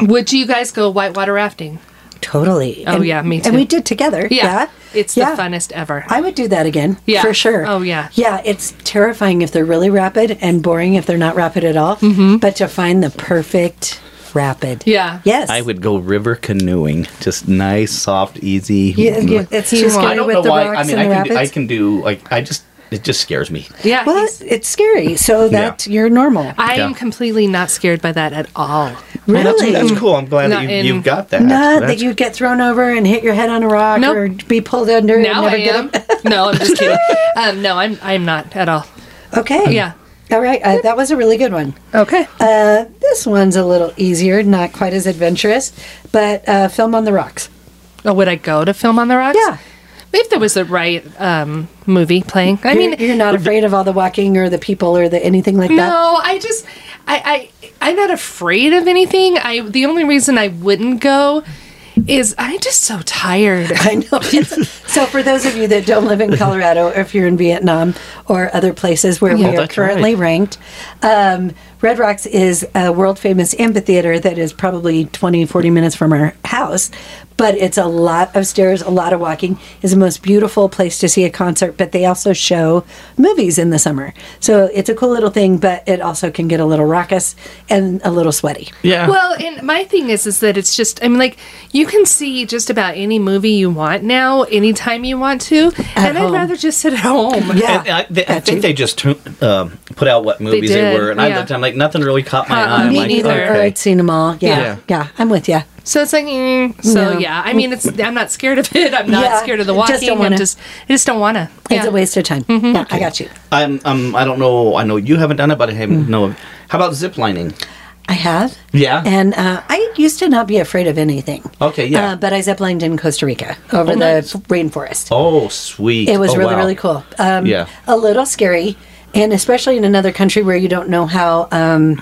Speaker 4: would you guys go whitewater rafting?
Speaker 3: Totally.
Speaker 4: Oh,
Speaker 3: And-
Speaker 4: yeah, me
Speaker 3: And
Speaker 4: too.
Speaker 3: we did together. Yeah,
Speaker 4: it's
Speaker 3: Yeah.
Speaker 4: the funnest ever.
Speaker 3: I would do that again.
Speaker 4: Yeah.
Speaker 3: For sure.
Speaker 4: Oh, yeah.
Speaker 3: Yeah, it's terrifying if they're really rapid and boring if they're not rapid at all. Mm-hmm. But to find the perfect rapid.
Speaker 4: Yeah.
Speaker 3: Yes.
Speaker 5: I would go river canoeing, just nice, soft, easy.
Speaker 3: Yeah, yeah, it's too scary
Speaker 4: won't.
Speaker 5: Mm-hmm. I don't
Speaker 3: with
Speaker 5: know
Speaker 3: the
Speaker 5: why. I
Speaker 3: rocks
Speaker 5: mean,
Speaker 3: and
Speaker 5: I
Speaker 3: the
Speaker 5: can, do,
Speaker 3: rapids.
Speaker 5: I can do like I just it just scares me.
Speaker 4: yeah,
Speaker 3: well,
Speaker 4: he's-
Speaker 3: it's scary. So that you're normal.
Speaker 4: I am
Speaker 5: Yeah.
Speaker 4: completely not scared by that at all.
Speaker 3: really?
Speaker 5: Well, that's, that's cool. I'm glad
Speaker 4: Not
Speaker 5: that you,
Speaker 4: in-
Speaker 5: you've got that.
Speaker 3: Not that
Speaker 5: That's-
Speaker 3: you get thrown over and hit your head on a rock
Speaker 4: Nope.
Speaker 3: or be pulled under and
Speaker 4: Now
Speaker 3: never
Speaker 4: I
Speaker 3: get
Speaker 4: am.
Speaker 3: up.
Speaker 4: no, I'm just
Speaker 3: *laughs*
Speaker 4: kidding. Um, no, I'm I'm not at all.
Speaker 3: Okay.
Speaker 4: Yeah.
Speaker 3: All right. Uh, that was a really good one.
Speaker 4: Okay.
Speaker 3: Uh, this one's a little easier, not quite as adventurous, but uh, film on the rocks.
Speaker 4: Oh, would I go to film on the rocks?
Speaker 3: Yeah.
Speaker 4: If there was the right um, movie playing. I
Speaker 3: You're-
Speaker 4: mean,
Speaker 3: you're not afraid of all the walking or the people or the anything like that.
Speaker 4: no, I just, I, I, I'm not afraid of anything. I, the only reason I wouldn't go is I'm just so
Speaker 3: *laughs*
Speaker 4: tired.
Speaker 5: *laughs*
Speaker 3: I know. It's- so, for those of you that don't live in Colorado, or if you're in Vietnam or other places where
Speaker 5: Yeah. Oh,
Speaker 3: we are
Speaker 5: that's right.
Speaker 3: currently ranked, um, Red Rocks is a world famous amphitheater that is probably 20, 40 minutes from our house, but it's a lot of stairs, a lot of walking. It's the most beautiful place to see a concert, but they also show movies in the summer. So, it's a cool little thing, but it also can get a little raucous and a little sweaty.
Speaker 5: yeah.
Speaker 4: Well, and my thing is, is that it's just, I mean, like, you can see just about any movie you want now, anytime you want to, and
Speaker 3: home.
Speaker 4: I'd rather just sit at home.
Speaker 3: Yeah.
Speaker 5: And I, they, I
Speaker 3: Got
Speaker 5: think
Speaker 3: you.
Speaker 5: they just tu- um put out what movies they,
Speaker 4: did,
Speaker 5: were, and I
Speaker 4: yeah.
Speaker 5: looked. I'm like, nothing really caught my
Speaker 4: Uh-uh,
Speaker 5: eye. I'm
Speaker 4: me
Speaker 5: like,
Speaker 4: neither.
Speaker 5: okay.
Speaker 3: Or I'd seen them all. Yeah.
Speaker 5: Yeah.
Speaker 3: Yeah, I'm with you.
Speaker 4: So it's like, mm, so
Speaker 3: No.
Speaker 4: yeah. I mean, it's I'm not scared of it. I'm not
Speaker 3: Yeah,
Speaker 4: scared of the
Speaker 3: just
Speaker 4: walking.
Speaker 3: don't wanna.
Speaker 4: I'm just, I just don't want to.
Speaker 3: It's a waste of time. Yeah, I got you.
Speaker 5: I'm, I'm. I don't know. I know you haven't done it, but I
Speaker 3: Mm.
Speaker 5: haven't. No. How about zip lining?
Speaker 3: I have.
Speaker 5: Yeah.
Speaker 3: And uh, I used to not be afraid of anything.
Speaker 5: Okay, yeah. Oh,
Speaker 3: Uh, but I ziplined in Costa Rica over the
Speaker 5: nice.
Speaker 3: rainforest.
Speaker 5: Oh, sweet.
Speaker 3: It was
Speaker 5: Oh,
Speaker 3: really,
Speaker 5: wow.
Speaker 3: really cool. Um,
Speaker 5: Yeah.
Speaker 3: A little scary. And especially in another country where you don't know how um,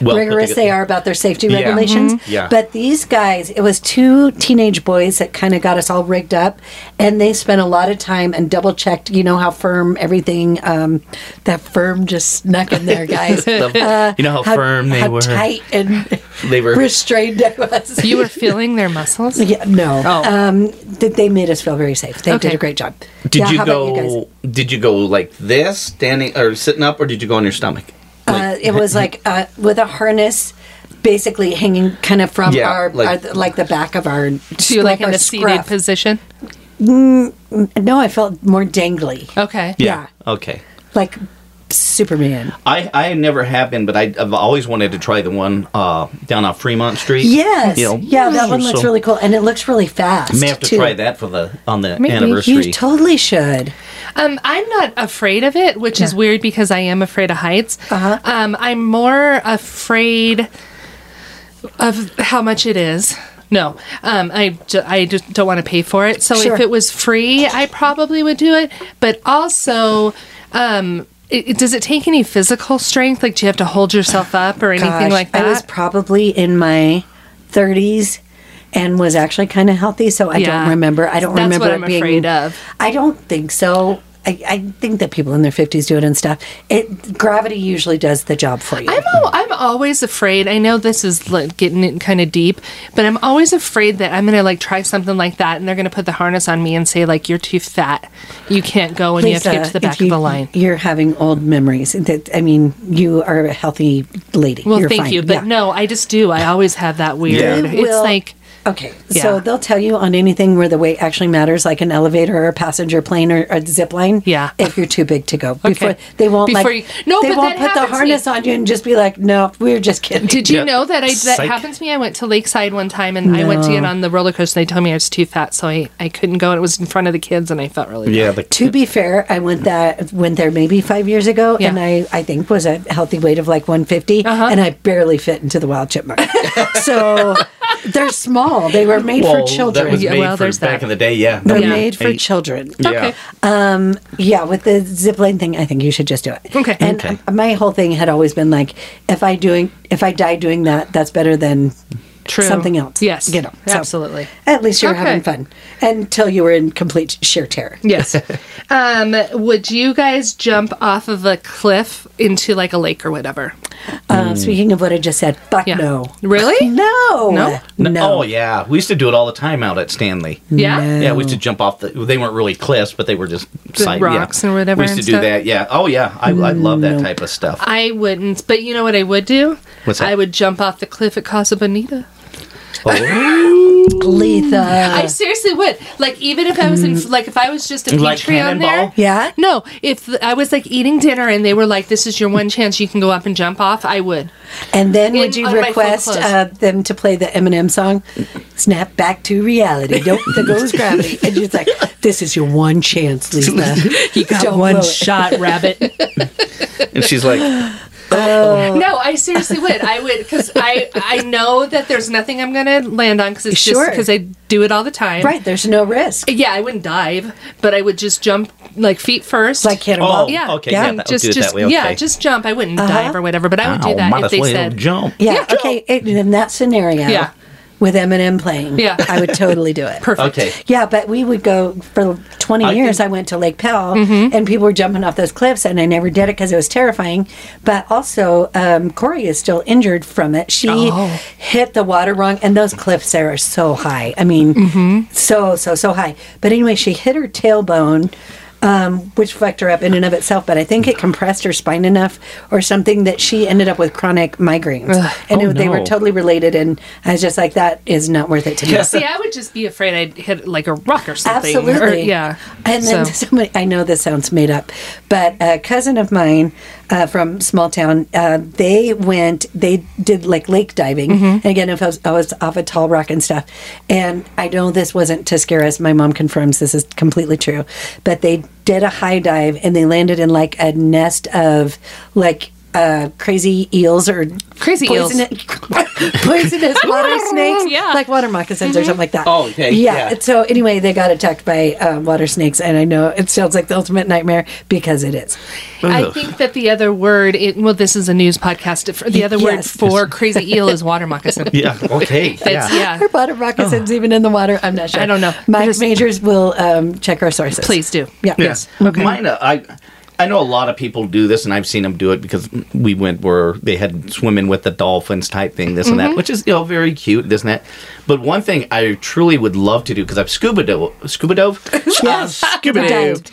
Speaker 5: Well, put
Speaker 3: rigorous they
Speaker 5: together.
Speaker 3: are about their safety
Speaker 5: Yeah. Mm-hmm.
Speaker 3: regulations.
Speaker 5: Yeah.
Speaker 3: But these guys, it was two teenage boys that kind of got us all rigged up, and they spent a lot of time and double checked, you know, how firm everything, um, that firm just snuck in there, guys.
Speaker 5: *laughs*
Speaker 3: Uh,
Speaker 5: The- you know how, firm they
Speaker 3: how
Speaker 5: were.
Speaker 3: tight and
Speaker 5: *laughs* They were.
Speaker 3: restrained I was.
Speaker 4: You were feeling their muscles.
Speaker 3: yeah, no.
Speaker 4: Oh.
Speaker 3: Um, th- they made us feel very safe. They did
Speaker 4: Okay.
Speaker 3: a great job.
Speaker 5: Did
Speaker 3: Yeah,
Speaker 5: you
Speaker 3: how about guys?
Speaker 5: go? did you go like this, standing or sitting up, or did you go on your stomach?
Speaker 3: uh, it was like uh, with a harness basically hanging kind of from
Speaker 5: Yeah,
Speaker 3: our
Speaker 5: like-
Speaker 3: like, our like the back of our
Speaker 4: So you're like in
Speaker 3: our
Speaker 4: a seated
Speaker 3: scruff. Mm,
Speaker 4: position.
Speaker 3: no i felt more dangly
Speaker 4: Okay.
Speaker 3: Yeah.
Speaker 5: Okay.
Speaker 3: like superman
Speaker 5: I, I never have been, but I, I've always wanted to try the one uh, down on Fremont Street.
Speaker 3: yes
Speaker 5: You know,
Speaker 3: yeah that one
Speaker 5: so-
Speaker 3: looks really cool and it looks really fast
Speaker 5: May have to
Speaker 3: too.
Speaker 5: try that for the on the
Speaker 4: Maybe.
Speaker 5: anniversary.
Speaker 3: you totally should
Speaker 4: Um, I'm not afraid of it, which is
Speaker 3: Yeah.
Speaker 4: weird because I am afraid of heights. Uh-huh. Um, I'm more afraid of how much it is. No, um, I, ju- I just don't want to pay for it. So
Speaker 3: Sure.
Speaker 4: if it was free, I probably would do it. But also, um, it, it- does it take any physical strength? Like, do you have to hold yourself up or anything
Speaker 3: Gosh,
Speaker 4: like that?
Speaker 3: I was probably in my 30s and was actually kind of healthy, so I
Speaker 4: Yeah.
Speaker 3: don't remember. I don't
Speaker 4: That's
Speaker 3: remember
Speaker 4: what
Speaker 3: it
Speaker 4: I'm
Speaker 3: being.
Speaker 4: afraid of.
Speaker 3: I don't think so. I, I think that people in their 50s do it and stuff. It gravity usually does the job for you.
Speaker 4: I'm, al- I'm always afraid. I know this is like getting it kind of deep, but I'm always afraid that I'm gonna like try something like that, and they're gonna put the harness on me and say like you're too fat, you can't go, and you have to get
Speaker 3: Lisa,
Speaker 4: to the
Speaker 3: if
Speaker 4: back
Speaker 3: you-
Speaker 4: of the line.
Speaker 3: You're having old memories. That- I mean, you are a healthy lady.
Speaker 4: Well,
Speaker 3: You're
Speaker 4: thank
Speaker 3: fine.
Speaker 4: you, but
Speaker 3: Yeah.
Speaker 4: no, I just do. I always have that weird.
Speaker 3: You
Speaker 4: It's
Speaker 3: will-
Speaker 4: like
Speaker 3: Okay,
Speaker 4: Yeah.
Speaker 3: so they'll tell you on anything where the weight actually matters, like an elevator or a passenger plane or a zip line.
Speaker 4: Yeah.
Speaker 3: if you're too big to go, before they won't
Speaker 4: Before you-
Speaker 3: like
Speaker 4: No,
Speaker 3: they
Speaker 4: but
Speaker 3: won't
Speaker 4: that
Speaker 3: put the
Speaker 4: happens to me.
Speaker 3: harness on you and just be like, no, we were just kidding.
Speaker 4: Did you
Speaker 5: Yeah.
Speaker 4: know that I that
Speaker 5: Psych.
Speaker 4: happened to me? I went to Lakeside one time and I went to get
Speaker 3: No.
Speaker 4: on the roller coaster. and They told me I was too fat, so I, I couldn't go, and it was in front of the kids, and I felt really
Speaker 5: Yeah,
Speaker 4: bad.
Speaker 5: the,
Speaker 3: to be fair, I went that went there maybe five years ago,
Speaker 4: Yeah. Uh-huh.
Speaker 3: and I I think was a healthy weight of like 150, and I barely fit into the wild chipmunk. so they're small. They were made
Speaker 5: well,
Speaker 3: for children.
Speaker 5: That was
Speaker 4: Yeah,
Speaker 5: made
Speaker 4: well,
Speaker 5: for
Speaker 4: there's
Speaker 5: back
Speaker 4: that.
Speaker 5: in the day. Yeah,
Speaker 3: They're
Speaker 4: Yeah.
Speaker 3: made for
Speaker 5: Eight.
Speaker 3: children.
Speaker 5: Yeah.
Speaker 4: Okay.
Speaker 3: Um, yeah, with the zip line thing, I think you should just do it.
Speaker 4: Okay.
Speaker 3: And
Speaker 5: Okay.
Speaker 3: uh, my whole thing had always been like, if I doing, if I die doing that, that's better than
Speaker 4: True.
Speaker 3: something else.
Speaker 4: Yes.
Speaker 3: you know, so
Speaker 4: Absolutely.
Speaker 3: At least you're
Speaker 4: Okay.
Speaker 3: having fun until you were in complete sheer terror.
Speaker 4: Yes. *laughs* um, would you guys jump off of a cliff into like a lake or whatever?
Speaker 3: Uh, speaking of what I just said, fuck
Speaker 4: Mm. Yeah.
Speaker 3: no,
Speaker 4: Really?
Speaker 3: no,
Speaker 4: No?
Speaker 5: No,
Speaker 3: no.
Speaker 5: Oh yeah, we used to do it all the time out at Stanley.
Speaker 4: Yeah.
Speaker 5: Yeah, we used to jump off the. They weren't really cliffs, but they were just side, yeah.
Speaker 4: rocks and whatever
Speaker 5: We used to
Speaker 4: and
Speaker 5: do
Speaker 4: stuff?
Speaker 5: that. Yeah. Oh yeah, I, I love that type of stuff.
Speaker 4: *laughs* I wouldn't, but you know what I would do?
Speaker 5: What's that?
Speaker 4: I would jump off the cliff at Casa Bonita.
Speaker 5: Oh.
Speaker 3: Letha.
Speaker 4: I seriously would. Like, even if I was in, like, if I was just a
Speaker 5: Like
Speaker 4: petri on there.
Speaker 5: Cannonball?
Speaker 3: Mm. Yeah?
Speaker 4: No, if th- I was like eating dinner and they were like, "This is your one chance. You can go up and jump off." I would.
Speaker 3: And then would
Speaker 4: In-
Speaker 3: you
Speaker 4: on my full
Speaker 3: request
Speaker 4: clothes.
Speaker 3: uh, them to play the Eminem song, "Snap Back to Reality"? Don't the goes gravity, and she's like, "This is your one chance, Lisa.
Speaker 4: *laughs*
Speaker 3: you got
Speaker 4: shot, rabbit.
Speaker 5: and she's like,
Speaker 4: *laughs* no, I seriously would. I would because I I know that there's nothing I'm gonna land on because it's just
Speaker 3: Sure.
Speaker 4: because I do it all the time.
Speaker 3: Right? There's no risk.
Speaker 4: Yeah, I wouldn't dive, but I would just jump like feet first.
Speaker 3: Like cannonball.
Speaker 5: "Oh,
Speaker 4: yeah,
Speaker 5: okay, yeah,
Speaker 4: and
Speaker 5: that,
Speaker 4: just
Speaker 5: do it
Speaker 4: just
Speaker 5: that way." Okay.
Speaker 4: yeah, just jump. I
Speaker 3: Uh-huh.
Speaker 4: wouldn't dive or whatever, but I would
Speaker 5: Ow,
Speaker 4: do that
Speaker 5: "Oh, might
Speaker 4: if
Speaker 5: as
Speaker 4: they
Speaker 5: well
Speaker 4: said
Speaker 5: jump.
Speaker 3: Yeah. okay. It, in that scenario,
Speaker 4: Yeah.
Speaker 3: with Eminem playing,
Speaker 4: Yeah.
Speaker 3: I would totally do it.
Speaker 5: *laughs*
Speaker 4: perfect. *laughs*
Speaker 5: Okay.
Speaker 3: Yeah, but we would go for 20
Speaker 5: I Mm-hmm.
Speaker 3: years.
Speaker 5: think-
Speaker 3: I went to Lake Powell and people were jumping off those cliffs, and I never did it because it was terrifying. But also, um, Corey is still injured from it. She
Speaker 4: Oh.
Speaker 3: hit the water wrong, and those cliffs there are so high. I mean,
Speaker 5: Mm-hmm.
Speaker 3: so, so, so high. But anyway, she hit her tailbone. Um, which fucked her up in and of itself, but I think it compressed her spine enough or something that she ended up with chronic migraines. and
Speaker 5: Oh,
Speaker 3: it- they were
Speaker 5: no.
Speaker 3: totally related, and I was just like, that is not worth it to me.
Speaker 4: See, I would just be afraid I'd hit like a rock or something.
Speaker 3: Absolutely.
Speaker 4: Or- *laughs* yeah.
Speaker 3: And then
Speaker 4: So-
Speaker 3: somebody, I know this sounds made up, but a cousin of mine uh, from small town, uh, they went, they did like lake diving.
Speaker 4: Mm-hmm.
Speaker 3: And again, if I was, I was off a tall rock and stuff. And I know this wasn't to scare us. My mom confirms this is completely true. But they did a high dive and they landed in like a nest of like, uh, crazy eels or
Speaker 4: Crazy eels.
Speaker 3: poisonous, *laughs*
Speaker 4: *laughs*
Speaker 3: poisonous water snakes,
Speaker 4: Yeah.
Speaker 3: like water moccasins or something like that.
Speaker 5: Oh, okay,
Speaker 3: yeah.
Speaker 5: yeah.
Speaker 3: it's so anyway, they got attacked by uh, water snakes, and I know it sounds like the ultimate nightmare because it is.
Speaker 4: I think that the other word, it, well, this is a news podcast. for- The other word
Speaker 3: Yes.
Speaker 4: for crazy eel is water moccasin.
Speaker 5: *laughs* Yeah. Okay.
Speaker 4: That's,
Speaker 5: yeah.
Speaker 4: yeah. Oh.
Speaker 3: Are water moccasins even in the water? I'm not sure.
Speaker 4: I don't know.
Speaker 3: Mike
Speaker 4: Just-
Speaker 3: Majors will um, check our sources.
Speaker 4: Please do.
Speaker 3: Yeah.
Speaker 5: Yes. Mine, uh, I, I know a lot of people do this, and I've seen them do it because we went where they had swimming with the dolphins type thing, this and that, which is you know very cute, this and that. But one thing I truly would love to do because I've scuba dove, scuba dove,
Speaker 3: Yes.
Speaker 5: Uh, scuba dived,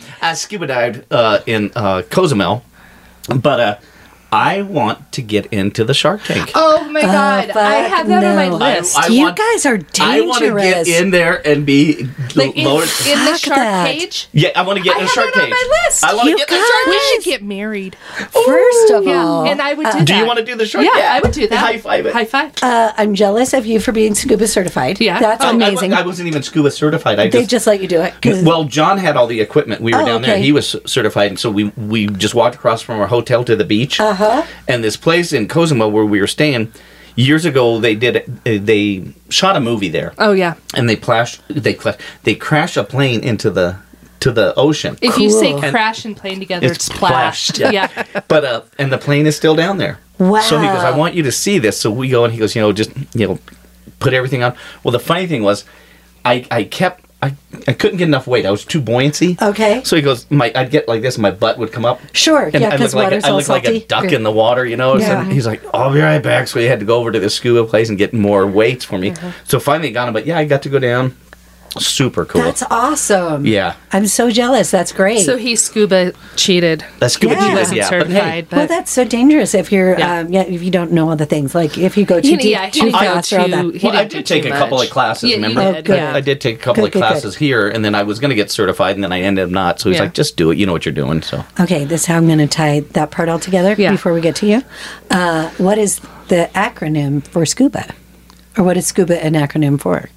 Speaker 3: Dived.
Speaker 5: I scuba dived uh, in uh, Cozumel, but uh, I want to get into the shark tank.
Speaker 4: Oh my God. I
Speaker 3: fuck
Speaker 4: have that on my
Speaker 3: no.
Speaker 5: I-
Speaker 4: list.
Speaker 5: I
Speaker 3: You
Speaker 5: want-
Speaker 3: guys are
Speaker 5: I want to get
Speaker 3: dangerous.
Speaker 5: in there and be
Speaker 4: like in,
Speaker 5: lowered.
Speaker 4: in the
Speaker 3: Fuck
Speaker 4: shark
Speaker 3: that.
Speaker 4: cage.
Speaker 5: yeah, I want to get
Speaker 4: I
Speaker 5: in a
Speaker 4: have
Speaker 5: shark
Speaker 4: that on
Speaker 5: cage.
Speaker 4: my list.
Speaker 5: I want to
Speaker 3: You
Speaker 5: get in the shark
Speaker 4: We
Speaker 5: cage.
Speaker 4: should get married.
Speaker 3: First of all,
Speaker 4: Yeah. And I would do that.
Speaker 5: Do you want to do the shark?
Speaker 4: Yeah, I would do that.
Speaker 5: High five it.
Speaker 4: High five.
Speaker 3: uh, I'm jealous of you for being scuba certified.
Speaker 4: Yeah.
Speaker 3: that's
Speaker 5: Oh, I wa-
Speaker 3: amazing.
Speaker 5: I, wasn't even scuba certified. I
Speaker 3: they
Speaker 5: just,
Speaker 3: just let you do it because
Speaker 5: well, John had all the equipment. We were
Speaker 3: Oh,
Speaker 5: down there.
Speaker 3: okay.
Speaker 5: He was certified, and so we we just walked across from our hotel to the beach. Uh
Speaker 3: Uh-huh.
Speaker 5: huh. And this place in Cozumel where we were staying years ago, they did uh, they shot a movie there.
Speaker 3: Uh.
Speaker 4: oh, yeah.
Speaker 5: And they plashed they cla- they crash a plane into the to the ocean.
Speaker 4: If you say
Speaker 3: Cool.
Speaker 4: crash and plane together, it's,
Speaker 5: It's
Speaker 4: splashed.
Speaker 5: splashed,
Speaker 4: Yeah.
Speaker 5: yeah. *laughs* but uh, and the plane is still down there.
Speaker 3: Wow.
Speaker 5: So he goes, I want you to see this. So we go and he goes, you know, just you know, put everything on. Well, the funny thing was, I I kept I, I couldn't get enough weight. I was too buoyancy.
Speaker 3: Okay.
Speaker 5: So he goes, my I'd get like this, my butt would come up.
Speaker 3: Sure,
Speaker 5: And
Speaker 3: yeah,
Speaker 5: I
Speaker 3: 'cause
Speaker 5: looked like
Speaker 3: water's
Speaker 5: a, I
Speaker 3: all
Speaker 5: looked like a
Speaker 3: salty.
Speaker 5: duck in the water, you know.
Speaker 3: Yeah.
Speaker 5: So he's like, I'll be right back. So he had to go over to the scuba place and get more weights for me.
Speaker 3: Uh-huh.
Speaker 5: So finally got him, but yeah, I got to go down. Super cool.
Speaker 3: That's awesome.
Speaker 5: Yeah.
Speaker 3: I'm so jealous. That's great.
Speaker 4: So he scuba cheated.
Speaker 5: That's scuba
Speaker 3: Yeah.
Speaker 5: yeah.
Speaker 4: Wasn't
Speaker 5: yeah. But hey,
Speaker 4: certified, but,
Speaker 3: well, that's so dangerous if you're,
Speaker 4: Yeah.
Speaker 3: um, yeah, if you don't know all the things. Like if you go too
Speaker 4: He-
Speaker 3: deep,
Speaker 4: yeah, he
Speaker 3: too
Speaker 4: didn't go
Speaker 3: fast, or all
Speaker 4: too-
Speaker 3: that.
Speaker 4: he
Speaker 5: well, I
Speaker 4: didn't
Speaker 5: did
Speaker 4: do
Speaker 5: take
Speaker 4: too
Speaker 5: a couple
Speaker 4: much.
Speaker 5: of classes.
Speaker 4: Yeah, you
Speaker 5: remember,
Speaker 4: did,
Speaker 5: I-
Speaker 4: yeah.
Speaker 5: I did take a couple
Speaker 3: Good,
Speaker 5: of
Speaker 3: good, good.
Speaker 5: classes here, and then I was going to get certified, and then I ended up not. So he's
Speaker 4: Yeah.
Speaker 5: like, "Just do it. You know what you're doing." So
Speaker 3: Okay, this is how I'm going to tie that part all together
Speaker 4: Yeah.
Speaker 3: before we get to you. Uh, what is the acronym for scuba, or what is scuba an acronym for?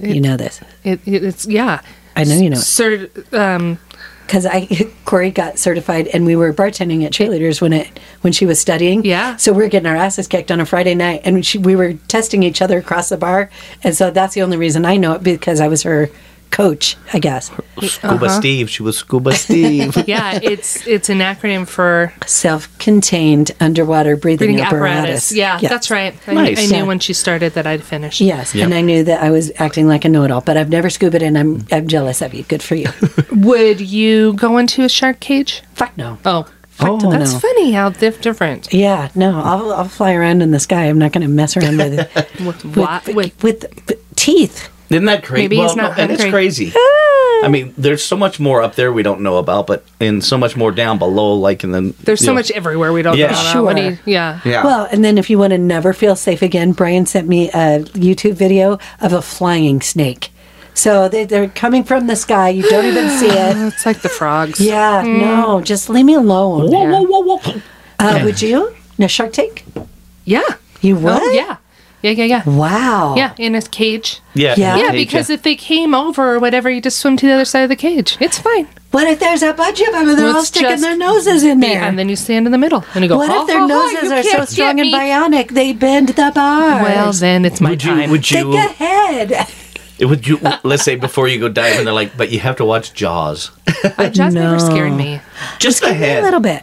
Speaker 3: you know this
Speaker 4: It, it, it's yeah.
Speaker 3: I know you know it.
Speaker 4: Sir, um,
Speaker 3: because I *laughs* Corey got certified, and we were bartending at Cheerleaders when it when she was studying.
Speaker 4: Yeah.
Speaker 3: So we were getting our asses kicked on a Friday night, and she, we were testing each other across the bar, and so that's the only reason I know it because I was her coach, I guess.
Speaker 4: Uh-huh.
Speaker 5: scuba Steve, she was scuba Steve.
Speaker 3: *laughs*
Speaker 4: yeah. It's it's an acronym for
Speaker 3: Self-contained underwater breathing,
Speaker 4: breathing
Speaker 3: apparatus.
Speaker 4: apparatus. Yeah,
Speaker 3: Yes.
Speaker 4: that's right. I,
Speaker 5: Nice.
Speaker 4: I knew
Speaker 3: Yeah.
Speaker 4: when she started that I'd finish.
Speaker 3: Yes, and I knew that I was acting like a know-it-all, but I've never scubaed, and I'm I'm jealous of you. Good
Speaker 4: *laughs*
Speaker 3: for you.
Speaker 4: Would you go into a shark cage?
Speaker 3: Fuck no.
Speaker 4: Oh,
Speaker 3: Oh,
Speaker 4: that's
Speaker 3: no.
Speaker 4: funny how diff- different.
Speaker 3: Yeah, no, I'll I'll fly around in the sky. I'm not going to mess around
Speaker 4: *laughs*
Speaker 3: with
Speaker 4: With, wa-
Speaker 3: with, with, with, with teeth.
Speaker 5: *laughs* Isn't that crazy?
Speaker 4: Maybe he's not
Speaker 5: and it's
Speaker 4: hungry.
Speaker 5: crazy.
Speaker 4: Ah!
Speaker 5: I mean, there's so much more up there we don't know about, but and so much more down below, like in the
Speaker 4: There's
Speaker 5: you
Speaker 4: so
Speaker 5: know-
Speaker 4: much everywhere we don't
Speaker 5: Yeah.
Speaker 4: know. about. What do
Speaker 3: Sure.
Speaker 4: you- yeah.
Speaker 5: Yeah.
Speaker 3: Well, and then if you want to never feel safe again, Brian sent me a YouTube video of a flying snake. So they, they're coming from the sky. You don't even
Speaker 4: *gasps*
Speaker 3: see it.
Speaker 4: Oh, It's like the frogs.
Speaker 3: Yeah, no, just leave me alone.
Speaker 5: Whoa, whoa, whoa, whoa!
Speaker 3: Uh, would you? No Shark Tank?
Speaker 4: Yeah.
Speaker 3: You
Speaker 4: Oh,
Speaker 3: would?
Speaker 4: yeah. Yeah, yeah, yeah.
Speaker 3: Wow.
Speaker 4: Yeah, in a cage.
Speaker 5: Yeah,
Speaker 3: Yeah.
Speaker 4: Yeah,
Speaker 5: okay,
Speaker 4: because if they came over or whatever, you just swim to the other side of the cage. It's fine.
Speaker 3: What if there's a bunch of them and they're
Speaker 4: Let's
Speaker 3: all sticking
Speaker 4: just
Speaker 3: their noses in there?
Speaker 4: And then you stand in the middle and you go,
Speaker 3: what
Speaker 4: "Ha,
Speaker 3: if their
Speaker 4: ha, ha,
Speaker 3: noses
Speaker 4: you
Speaker 3: are so
Speaker 4: can't
Speaker 3: strong
Speaker 4: get
Speaker 3: and
Speaker 4: me."
Speaker 3: bionic they bend the bars?
Speaker 4: Well, then it's my
Speaker 5: would you?
Speaker 4: time.
Speaker 5: Would
Speaker 3: think
Speaker 5: you?
Speaker 3: ahead. *laughs*
Speaker 5: Would you? Let's say before you go dive, and they're like, "But you have to watch Jaws."
Speaker 4: Uh, Jaws never scared me.
Speaker 5: Just the head,
Speaker 3: A little bit.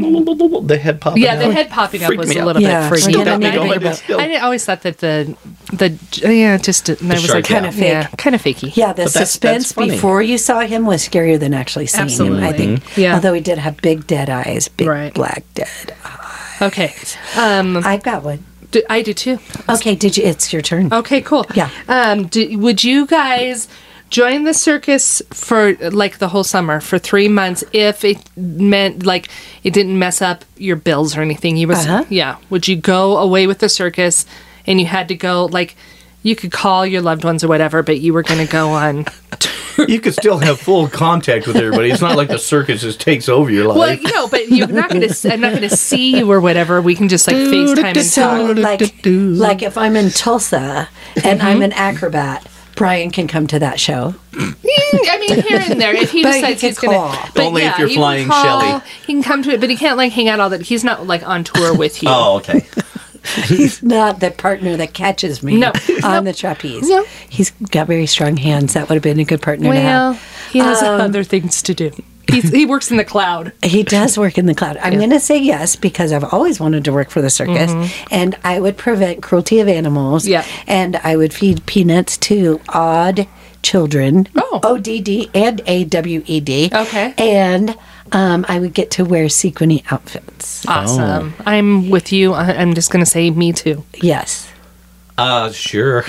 Speaker 5: The head popping.
Speaker 4: Yeah, the
Speaker 5: out.
Speaker 4: head popping up
Speaker 5: Freaked
Speaker 4: was
Speaker 5: me
Speaker 4: a
Speaker 5: out.
Speaker 4: little
Speaker 3: Yeah.
Speaker 4: bit freaky.
Speaker 3: Still
Speaker 4: but
Speaker 3: got me
Speaker 4: I,
Speaker 3: going, but
Speaker 5: still.
Speaker 4: I didn't- always thought that the the yeah just and I was
Speaker 5: shark,
Speaker 4: like
Speaker 5: Kinda
Speaker 3: yeah. fake.
Speaker 4: yeah, kind of fakey.
Speaker 3: Yeah, the
Speaker 5: But that's- that's
Speaker 3: suspense
Speaker 5: funny.
Speaker 3: before you saw him was scarier than actually seeing him. I
Speaker 4: Absolutely.
Speaker 3: think.
Speaker 4: Yeah.
Speaker 3: Although he did have big dead eyes, big
Speaker 4: Right.
Speaker 3: black dead. eyes.
Speaker 4: Okay, um,
Speaker 3: I've got one.
Speaker 4: do- I do too.
Speaker 3: Okay, did you? It's your turn.
Speaker 4: Okay, cool.
Speaker 3: Yeah.
Speaker 4: Um, do, would you guys join the circus for like the whole summer for three months if it meant like it didn't mess up your bills or anything? You was
Speaker 3: Uh-huh.
Speaker 4: yeah. Would you go away with the circus and you had to go like you could call your loved ones or whatever, but you were going to go on.
Speaker 5: You could still have full contact with everybody. It's not like the circus just takes over your life.
Speaker 4: *laughs* Well, no, but you're not going to. I'm not going to see you or whatever. We can just like FaceTime and
Speaker 3: So,
Speaker 4: talk.
Speaker 3: like, like if I'm in Tulsa and I'm an acrobat, Brian can come to that show.
Speaker 4: I mean, here and there. If he
Speaker 3: But you
Speaker 4: decides
Speaker 3: can
Speaker 4: he's
Speaker 3: call.
Speaker 4: going to,
Speaker 5: Only if you're flying Shelley.
Speaker 4: He can come to it, but he can't like hang out all that. He's not like on tour with you.
Speaker 5: Oh, okay.
Speaker 3: He's not the partner that catches me
Speaker 4: No.
Speaker 3: *laughs* on the trapeze.
Speaker 4: No.
Speaker 3: He's got very strong hands. That would have been a good partner to have. Um,
Speaker 4: well, he has other things to do. He's, he works in the cloud.
Speaker 3: He does work in the cloud. I'm going to say yes because I've always wanted to work for the circus, and I would prevent cruelty of animals.
Speaker 4: Mm-hmm. Yeah.
Speaker 3: and I would feed peanuts to odd children.
Speaker 4: Oh.
Speaker 3: ODD and AWED.
Speaker 4: Okay.
Speaker 3: and um, I would get to wear sequiny outfits.
Speaker 5: Oh.
Speaker 4: Awesome. I'm with you. I- I'm just going to say me too.
Speaker 3: Yes,
Speaker 5: Uh, *laughs* sure.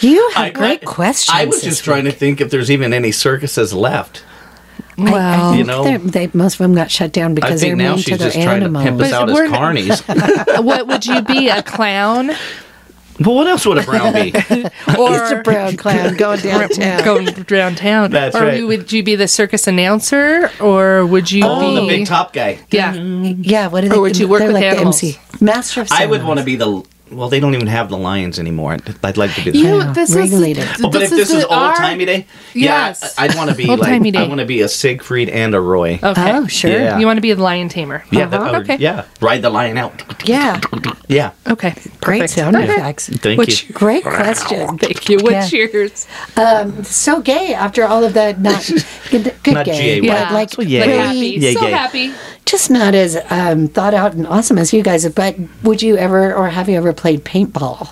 Speaker 3: you have
Speaker 5: I-
Speaker 3: great
Speaker 5: I-
Speaker 3: questions.
Speaker 5: I was just trying to think if there's even any circuses left.
Speaker 4: Well,
Speaker 5: You know,
Speaker 3: They're- they, most of them got shut down
Speaker 5: I
Speaker 3: because they're
Speaker 5: think now
Speaker 3: mean to
Speaker 5: she's
Speaker 3: their
Speaker 5: just trying to
Speaker 3: animals.
Speaker 5: pimp us
Speaker 4: But
Speaker 5: out as
Speaker 4: we're- *laughs*
Speaker 5: carnies.
Speaker 4: what would you be? A
Speaker 3: *laughs*
Speaker 4: clown
Speaker 5: but what else would a
Speaker 4: *laughs*
Speaker 5: brown be?
Speaker 4: or
Speaker 3: Brown *laughs* clown going downtown.
Speaker 4: going downtown?
Speaker 5: That's
Speaker 4: or
Speaker 5: right.
Speaker 4: would you be the circus announcer, or would you
Speaker 5: Oh,
Speaker 4: be
Speaker 5: the big top guy.
Speaker 4: Yeah.
Speaker 3: Yeah, what do they?
Speaker 4: Or would you work
Speaker 3: they're
Speaker 4: with
Speaker 3: like
Speaker 4: animals?
Speaker 3: the MC, master of.
Speaker 5: I would want
Speaker 3: ceremonies.
Speaker 5: to be the. Well, they don't even have the lions anymore. I'd, I'd like to *laughs* be the.
Speaker 4: You,
Speaker 3: Yeah,
Speaker 4: this
Speaker 3: regulated.
Speaker 4: is.
Speaker 5: Oh, but if this
Speaker 4: the
Speaker 5: is old timey
Speaker 4: art-
Speaker 5: day,
Speaker 4: Yes.
Speaker 5: yeah, I- I'd want
Speaker 4: *laughs*
Speaker 5: to be
Speaker 4: Old
Speaker 5: like
Speaker 4: timey day.
Speaker 5: I want to be a Siegfried and a Roy.
Speaker 4: Okay.
Speaker 3: Oh, sure.
Speaker 5: Yeah.
Speaker 4: You want to be a lion tamer.
Speaker 5: Yeah, that-
Speaker 4: Uh-huh.
Speaker 5: or-
Speaker 4: okay.
Speaker 5: yeah, ride the lion out.
Speaker 3: Yeah,
Speaker 5: Yeah,
Speaker 4: Okay.
Speaker 3: great
Speaker 4: Perfect.
Speaker 3: sound
Speaker 4: Okay.
Speaker 3: effects.
Speaker 5: thank
Speaker 4: What's
Speaker 5: you.
Speaker 3: Great question.
Speaker 4: *laughs* Thank you.
Speaker 3: Yeah.
Speaker 4: What's yours?
Speaker 3: So gay after all of the
Speaker 5: *laughs*
Speaker 3: not good, good
Speaker 5: Not
Speaker 3: gay,
Speaker 5: gay,
Speaker 3: but
Speaker 5: Yeah.
Speaker 3: like
Speaker 5: yeah,
Speaker 4: Like
Speaker 5: yeah.
Speaker 4: happy.
Speaker 5: Yeah,
Speaker 4: so
Speaker 5: yeah.
Speaker 4: happy.
Speaker 3: just not as um, thought out and awesome as you guys. But would you ever or have you ever played paintball?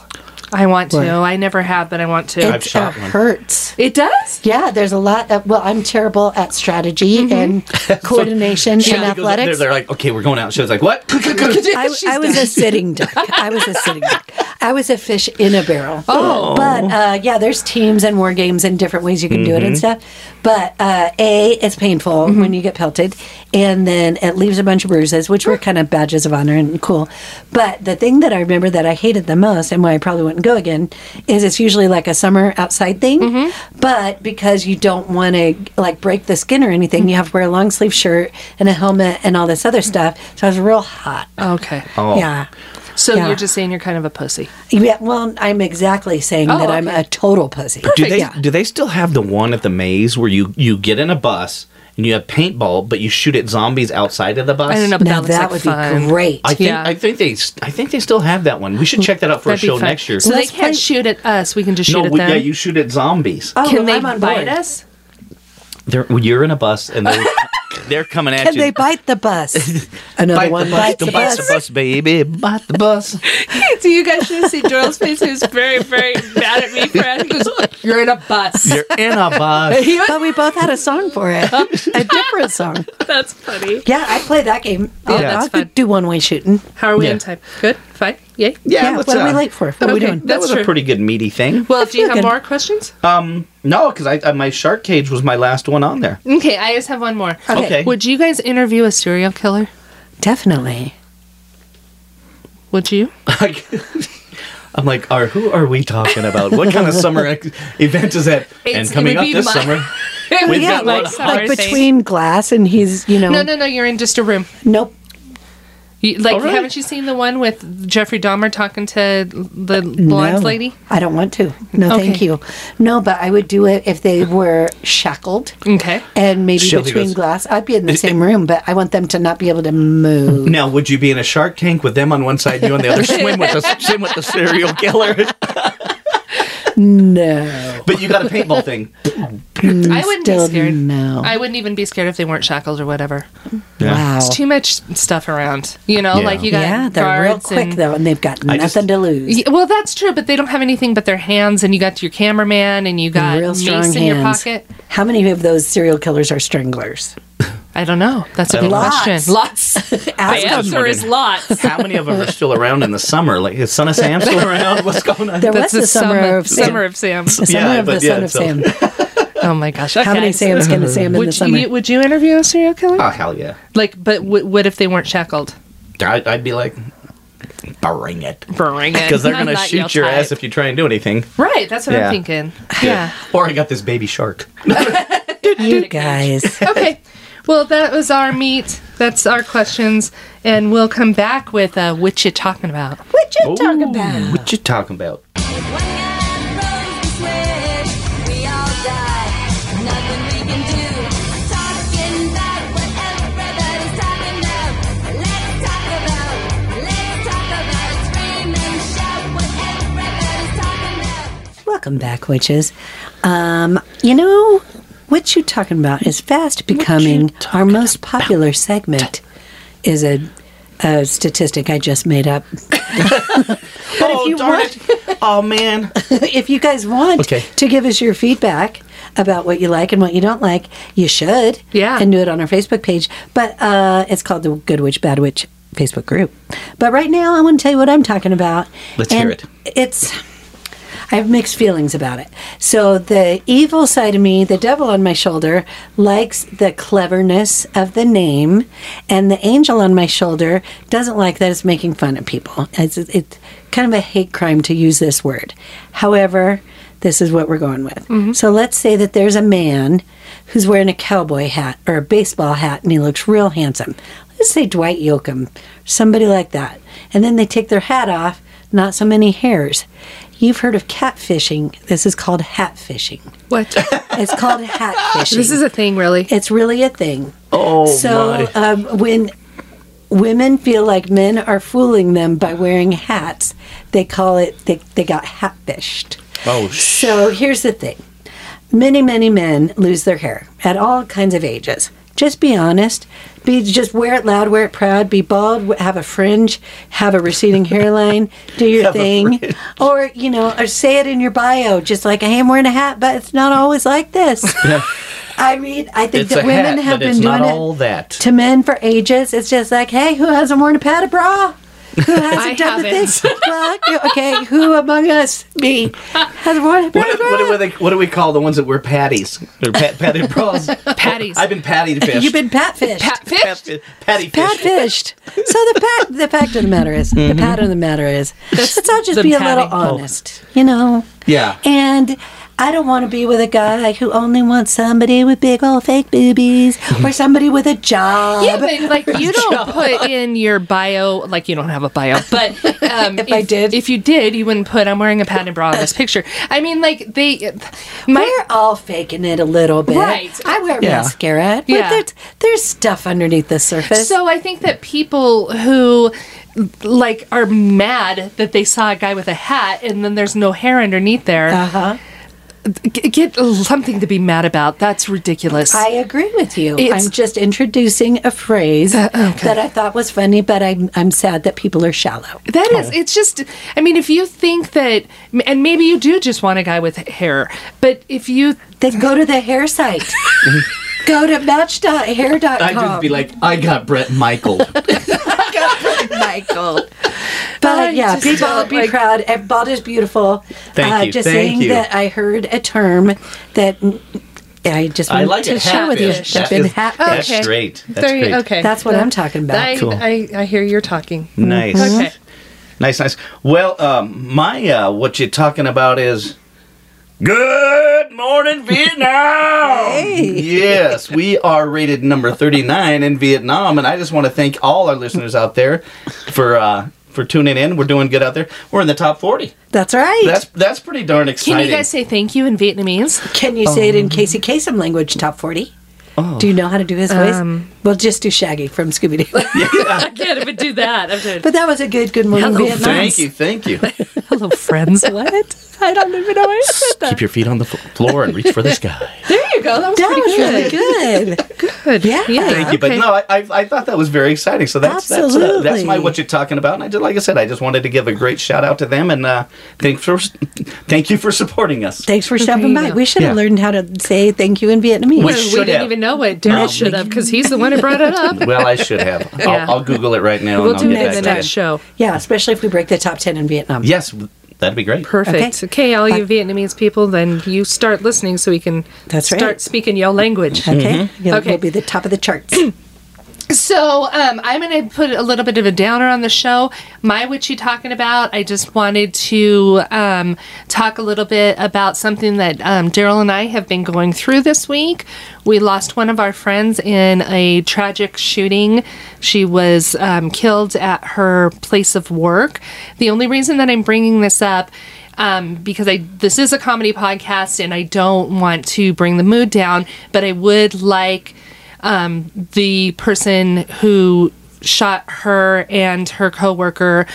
Speaker 4: I want to.
Speaker 2: Right.
Speaker 4: I never have, but I want to.
Speaker 5: I've
Speaker 3: It uh,
Speaker 5: shot one.
Speaker 3: hurts.
Speaker 4: it does.
Speaker 3: Yeah, there's a lot. Of, well, I'm terrible at strategy
Speaker 5: *laughs*
Speaker 3: and coordination
Speaker 5: Mm-hmm. Shelly
Speaker 3: and
Speaker 5: goes up there,
Speaker 3: athletics.
Speaker 5: they're like, okay, we're going out. She was like, what? *laughs*
Speaker 3: I, I was a sitting duck. I was a sitting duck. I was a fish in a barrel.
Speaker 4: Oh.
Speaker 3: but uh, yeah, there's teams and war games and different ways you can do it and stuff. But uh, a, it's painful when you get pelted, and then it leaves a bunch of bruises, which were kind of badges of honor and cool. But the thing that I remember that I hated the most and why I probably wouldn't go again is it's usually like a summer outside thing. But because you don't want to like break the skin or anything, you have to wear a long sleeve shirt and a helmet and all this other stuff. So I was real hot.
Speaker 4: Okay.
Speaker 5: Oh.
Speaker 3: Yeah.
Speaker 4: So
Speaker 3: Yeah.
Speaker 4: you're just saying you're kind of a pussy.
Speaker 3: Yeah. Well, I'm exactly saying
Speaker 4: Oh,
Speaker 3: that I'm
Speaker 4: okay.
Speaker 3: a total pussy.
Speaker 5: Do they
Speaker 3: Yeah.
Speaker 5: do they still have the one at the maze where you you get in a bus and you have paintball, but you shoot at zombies outside of the bus?
Speaker 4: I don't know, but
Speaker 3: Now
Speaker 4: that,
Speaker 3: that,
Speaker 4: looks like
Speaker 3: would
Speaker 4: fun.
Speaker 3: be great.
Speaker 5: I think
Speaker 4: Yeah.
Speaker 5: I think they s- I think they still have that one. We should check that out for
Speaker 4: That'd
Speaker 5: a
Speaker 4: be
Speaker 5: show
Speaker 4: fun.
Speaker 5: next year.
Speaker 4: So they
Speaker 3: Let's
Speaker 4: can't
Speaker 3: play-
Speaker 4: shoot at us. We can just shoot
Speaker 5: no,
Speaker 4: at
Speaker 5: we-
Speaker 4: them. Uh,
Speaker 5: yeah, you shoot at zombies.
Speaker 3: Oh,
Speaker 4: can they
Speaker 3: I'm on
Speaker 4: bite
Speaker 3: board.
Speaker 4: us? *laughs*
Speaker 5: They're, well, you're in a bus and they're, they're coming at
Speaker 3: Can
Speaker 5: you.
Speaker 3: they bite the
Speaker 5: *laughs*
Speaker 3: bus? Another
Speaker 5: Bite
Speaker 3: one
Speaker 5: the bus,
Speaker 3: bites
Speaker 5: the
Speaker 3: the
Speaker 5: bite
Speaker 3: bus.
Speaker 5: the bus, baby, bite the bus.
Speaker 4: So you guys should have seen Doyle's face. He was very, very mad at
Speaker 5: *laughs*
Speaker 4: me for asking. He goes, You're in a bus.
Speaker 5: You're in a bus.
Speaker 4: He Oh. was-
Speaker 3: But we both had a song for it, a different
Speaker 4: *laughs*
Speaker 3: song.
Speaker 4: *laughs* that's funny.
Speaker 3: Yeah, I play that game. I'll,
Speaker 5: that's
Speaker 3: I'll
Speaker 4: fun.
Speaker 3: do one way shooting.
Speaker 4: How are we
Speaker 5: Yeah.
Speaker 4: in time? Good? Fine? Yay?
Speaker 5: Yeah,
Speaker 3: Yeah,
Speaker 5: let's,
Speaker 3: what are we
Speaker 5: uh,
Speaker 3: late for? What are we
Speaker 4: okay.
Speaker 3: doing?
Speaker 5: That
Speaker 4: That's
Speaker 5: was a
Speaker 4: true.
Speaker 5: pretty good meaty thing.
Speaker 4: Well, do you have
Speaker 3: good.
Speaker 4: more questions?
Speaker 5: Um, No, because I, I my shark cage was my last one on *laughs* there.
Speaker 4: Okay, I just have one more.
Speaker 3: Okay.
Speaker 5: Okay.
Speaker 4: Would you guys interview a serial killer?
Speaker 3: Definitely.
Speaker 4: Would *laughs* you?
Speaker 5: *laughs* I'm like, are who are we talking about? What kind of summer ex- *laughs* event is that?
Speaker 4: It's-
Speaker 5: and
Speaker 4: it
Speaker 5: coming
Speaker 4: would
Speaker 5: up
Speaker 4: be
Speaker 5: this
Speaker 4: my-
Speaker 5: *laughs* summer,
Speaker 4: We've
Speaker 3: Yeah,
Speaker 5: got one
Speaker 3: like,
Speaker 5: of
Speaker 3: like
Speaker 5: ours,
Speaker 4: thing.
Speaker 3: between glass and he's, you know,
Speaker 4: No, no, no. You're in just a room.
Speaker 3: nope.
Speaker 4: You, like,
Speaker 5: Oh, really?
Speaker 4: haven't you seen the one with Jeffrey Dahmer talking to the blonde
Speaker 3: no,
Speaker 4: lady?
Speaker 3: I don't want to. No,
Speaker 4: Okay.
Speaker 3: thank you. No, but I would do it if they were shackled.
Speaker 4: Okay.
Speaker 3: And maybe
Speaker 5: Shelby
Speaker 3: between
Speaker 5: goes-
Speaker 3: glass, I'd be in the same room, but I want them to not be able to move.
Speaker 5: now would you be in a shark tank with them on one side, you on the other, swim with the swim with the serial *laughs* killer?
Speaker 3: No,
Speaker 5: but you got a paintball thing.
Speaker 4: I wouldn't be
Speaker 3: still
Speaker 4: scared.
Speaker 3: no.
Speaker 4: I wouldn't even be scared if they weren't shackled or whatever.
Speaker 3: wow.
Speaker 4: It's too much stuff around. You know,
Speaker 5: Yeah.
Speaker 4: like you got
Speaker 3: Oh. Yeah, they're real
Speaker 4: guards
Speaker 3: quick
Speaker 4: and-
Speaker 3: though, and they've got nothing
Speaker 5: just-
Speaker 3: to lose.
Speaker 4: Yeah, well, that's true, but they don't have anything but their hands, and you got your cameraman, and you got
Speaker 3: real
Speaker 4: mace
Speaker 3: strong
Speaker 4: in
Speaker 3: hands.
Speaker 4: your pocket.
Speaker 3: How many of those serial killers are stranglers?
Speaker 4: I don't know. That's a good
Speaker 3: Lots.
Speaker 4: question. Lots. the
Speaker 3: Ask them.
Speaker 4: answer is lots.
Speaker 5: How many of them are still around in the summer? Like is Son of Sam still around? What's going on?
Speaker 3: There was the summer, of Sam.
Speaker 4: summer of
Speaker 3: *laughs*
Speaker 4: Sam.
Speaker 3: The summer
Speaker 5: Yeah,
Speaker 3: of the
Speaker 5: but
Speaker 3: son
Speaker 5: yeah,
Speaker 3: of
Speaker 5: so-
Speaker 3: Sam.
Speaker 4: Oh my gosh!
Speaker 3: How
Speaker 4: okay.
Speaker 5: *laughs*
Speaker 3: many Sams can a Sam in the
Speaker 4: Would
Speaker 3: summer?
Speaker 4: you, would you interview a serial killer?
Speaker 5: oh hell yeah!
Speaker 4: like, but w- what if they weren't shackled?
Speaker 5: I, I'd be like, bring it,
Speaker 4: Burning
Speaker 5: because they're gonna shoot your ass if you try and do anything.
Speaker 4: Right. That's what
Speaker 5: Yeah.
Speaker 4: I'm thinking. Yeah.
Speaker 5: Or I got this baby shark.
Speaker 3: you guys.
Speaker 4: okay. Well, that was our meet. That's our questions, and we'll come back with uh, what you talking about.
Speaker 3: What you talking about?
Speaker 5: Ooh, What you talking about?
Speaker 7: When God throws this wish, we all die. Nothing we can do. Talking about whatever everybody's talking about. Let's talk about. Let's talk about. it. Scream and shout whatever everybody's talking about.
Speaker 3: Welcome back, witches. Um, you know what you talking about is fast becoming our most popular segment. Is a, a statistic I just made up.
Speaker 5: oh
Speaker 3: you
Speaker 5: darn
Speaker 3: want-
Speaker 5: it! Oh man!
Speaker 3: if you guys want
Speaker 5: Okay.
Speaker 3: to give us your feedback about what you like and what you don't like, you should.
Speaker 4: Yeah.
Speaker 3: And do it on our Facebook page. But uh, it's called the Good Witch, Bad Witch Facebook group. But right now, I want to tell you what I'm talking about.
Speaker 5: Let's
Speaker 3: And
Speaker 5: hear it.
Speaker 3: It's. I have mixed feelings about it. So the evil side of me, the devil on my shoulder, likes the cleverness of the name, and the angel on my shoulder doesn't like that it's making fun of people. It's, it's kind of a hate crime to use this word. However, this is what we're going with. So let's say that there's a man who's wearing a cowboy hat or a baseball hat, and he looks real handsome. Let's say Dwight Yoakam, somebody like that. And then they take their hat off not so many hairs. You've heard of catfishing. This is called hat fishing.
Speaker 4: What?
Speaker 3: It's
Speaker 4: *laughs*
Speaker 3: called hat fishing.
Speaker 4: this is a thing, really.
Speaker 3: it's really a thing.
Speaker 5: Oh
Speaker 3: so
Speaker 5: my!
Speaker 3: um, when women feel like men are fooling them by wearing hats, they call it they, they got hat fished.
Speaker 5: Oh sh!
Speaker 3: So here's the thing many, many men lose their hair at all kinds of ages. Just be honest. Be just wear it loud, wear it proud. Be bald, w- have a fringe, have a receding
Speaker 5: *laughs*
Speaker 3: hairline, do your
Speaker 5: Have a
Speaker 3: thing,
Speaker 5: fringe.
Speaker 3: or you know, or say it in your bio, just like I am wearing a hat, but it's not always like
Speaker 5: *laughs*
Speaker 3: this. I mean, I think *laughs*
Speaker 5: It's
Speaker 3: that
Speaker 5: a
Speaker 3: women
Speaker 5: hat,
Speaker 3: have
Speaker 5: but
Speaker 3: been
Speaker 5: it's
Speaker 3: doing
Speaker 5: not
Speaker 3: it
Speaker 5: all that.
Speaker 3: to men for ages. It's just like, hey, who hasn't worn a padded bra?
Speaker 4: *laughs*
Speaker 3: Who hasn't done the
Speaker 4: haven't.
Speaker 3: thing? Well, okay, who among us? Me hasn't worn a padded
Speaker 5: What,
Speaker 3: bra.
Speaker 5: what, do they, what do we call the ones that wear patties? They're pat,
Speaker 3: *laughs*
Speaker 5: padded bras.
Speaker 4: Patties.
Speaker 5: I've been patty fished.
Speaker 3: You've been patfished.
Speaker 4: Pat fish.
Speaker 5: pat, patty fished.
Speaker 3: Pat fished. So the pat, the fact of the matter is,
Speaker 5: Mm-hmm.
Speaker 3: the pat of the matter is, let's all just
Speaker 4: the
Speaker 3: be a
Speaker 4: patting.
Speaker 3: little
Speaker 4: Oh.
Speaker 3: honest, you know.
Speaker 5: Yeah.
Speaker 3: And I don't want to be with a guy who only wants somebody with big old fake boobies or somebody with a job.
Speaker 4: Yeah, but like you don't put in your bio, like you don't have
Speaker 3: *laughs*
Speaker 4: a bio, but um,
Speaker 3: If I did.
Speaker 4: if you did, you wouldn't put. I'm wearing a padded bra in this picture. I mean, like they, my
Speaker 3: We're all faking it a little bit.
Speaker 4: Right.
Speaker 3: I wear
Speaker 5: Yeah.
Speaker 3: mascara. But
Speaker 4: Yeah.
Speaker 3: There's, there's stuff underneath the surface.
Speaker 4: So I think that people who like are mad that they saw a guy with a hat and then there's no hair underneath there.
Speaker 3: uh-huh.
Speaker 4: g- get something to be mad about. That's ridiculous.
Speaker 3: I agree with you.
Speaker 4: It's-
Speaker 3: I'm just introducing a phrase that I thought was funny, but I'm, I'm sad that people are shallow.
Speaker 4: That is, it's just, I mean, if you think that, and maybe you do just want a guy with hair, but if you,
Speaker 3: Then go to the hair
Speaker 5: *laughs*
Speaker 3: site. go to match.hair.com.
Speaker 5: I'd just be like, I got
Speaker 3: *laughs*
Speaker 5: Brett Michael.
Speaker 3: Michael.
Speaker 4: I
Speaker 3: But yeah,
Speaker 4: just
Speaker 3: be
Speaker 4: don't
Speaker 3: bald, be
Speaker 4: like-
Speaker 3: proud. And bald is beautiful.
Speaker 5: Thank
Speaker 3: uh,
Speaker 5: you,
Speaker 3: Just
Speaker 5: thank
Speaker 3: saying
Speaker 5: you.
Speaker 3: that I heard a term that mm, I just
Speaker 5: I
Speaker 3: wanted
Speaker 5: like
Speaker 3: to
Speaker 5: it.
Speaker 3: share with you. That's
Speaker 5: Hatfish. That
Speaker 3: been
Speaker 5: is-
Speaker 3: hat
Speaker 5: That's
Speaker 4: Okay.
Speaker 5: great. That's
Speaker 4: There you-
Speaker 5: great.
Speaker 4: okay.
Speaker 3: That's what I'm talking about.
Speaker 4: I,
Speaker 5: Cool.
Speaker 4: I, I hear you're talking.
Speaker 5: Nice.
Speaker 4: Okay.
Speaker 5: Nice, nice. Well, um, my uh, what you're talking about is good morning,
Speaker 4: *laughs*
Speaker 5: Vietnam. Yes, we are rated number 39 in Vietnam, and I just want to thank all our listeners out there for uh, for tuning in. We're doing good out there. We're in the top 40.
Speaker 3: That's right.
Speaker 5: That's that's pretty darn
Speaker 4: Can
Speaker 5: exciting.
Speaker 4: you guys say thank you in Vietnamese? *laughs*
Speaker 3: Can you say it in Casey Kasem language, top 40? Do you know how to do his
Speaker 4: Um,
Speaker 3: voice? Well, just do Shaggy from Scooby Doo.
Speaker 4: I can't even do that. I'm doing,
Speaker 3: but that was a good Good Morning
Speaker 4: Hello,
Speaker 3: Vietnam.
Speaker 5: Thank you, thank you.
Speaker 4: *laughs* hello, friends. what? I don't even know why I said that.
Speaker 5: Keep your feet on the fo- floor and reach
Speaker 4: *laughs*
Speaker 5: for the sky.
Speaker 4: There you go. That was
Speaker 3: That
Speaker 4: pretty
Speaker 3: was really
Speaker 4: good.
Speaker 3: good.
Speaker 4: Good.
Speaker 3: Yeah.
Speaker 5: Thank you, but no, I, I, I thought that was very exciting. So that's that's, uh, that's my
Speaker 3: Absolutely.
Speaker 5: what you're talking about. And I did, like I said, I just wanted to give a great shout out to them and uh, thank for *laughs* thank you for supporting us.
Speaker 3: Thanks for stopping
Speaker 4: you
Speaker 3: by.
Speaker 4: go.
Speaker 3: We should have
Speaker 5: Yeah.
Speaker 3: learned how to say thank you in Vietnamese.
Speaker 5: We
Speaker 4: We
Speaker 5: should
Speaker 4: didn't
Speaker 5: have. Um,
Speaker 4: even know what Daryl should have because he's the
Speaker 3: *laughs*
Speaker 4: one who brought it up.
Speaker 5: *laughs* well, I
Speaker 4: *laughs*
Speaker 5: should have. I'll,
Speaker 4: Yeah.
Speaker 5: I'll Google it right now.
Speaker 4: We'll
Speaker 5: and
Speaker 4: do
Speaker 5: I'll
Speaker 4: it
Speaker 5: get
Speaker 4: in the
Speaker 5: back to
Speaker 4: next
Speaker 5: you.
Speaker 4: show.
Speaker 3: yeah, especially if we break the top 10 in Vietnam.
Speaker 5: Yes, w- that'd be great.
Speaker 3: Okay.
Speaker 4: Perfect. Okay. all you Vietnamese people, then you start listening so we can
Speaker 3: That's right.
Speaker 4: start speaking your language.
Speaker 3: Okay.
Speaker 5: Mm-hmm.
Speaker 3: You'll-
Speaker 4: Okay.
Speaker 3: We'll be the top of the charts. *clears throat*
Speaker 4: So um, I'm going to put a little bit of a downer on the show. My what you talking about? I just wanted to um, talk a little bit about something that um, Daryl and I have been going through this week. We lost one of our friends in a tragic shooting. She was um, killed at her place of work. The only reason that I'm bringing this up um, because I this is a comedy podcast and I don't want to bring the mood down, but I would like um, the person who shot her and her coworker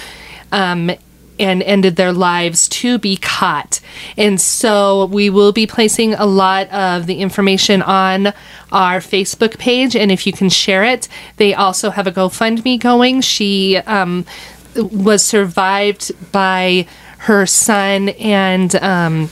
Speaker 4: um, and ended their lives to be caught. And so we will be placing a lot of the information on our Facebook page, and if you can share it, they also have a GoFundMe going. She um, was survived by her son and. Um,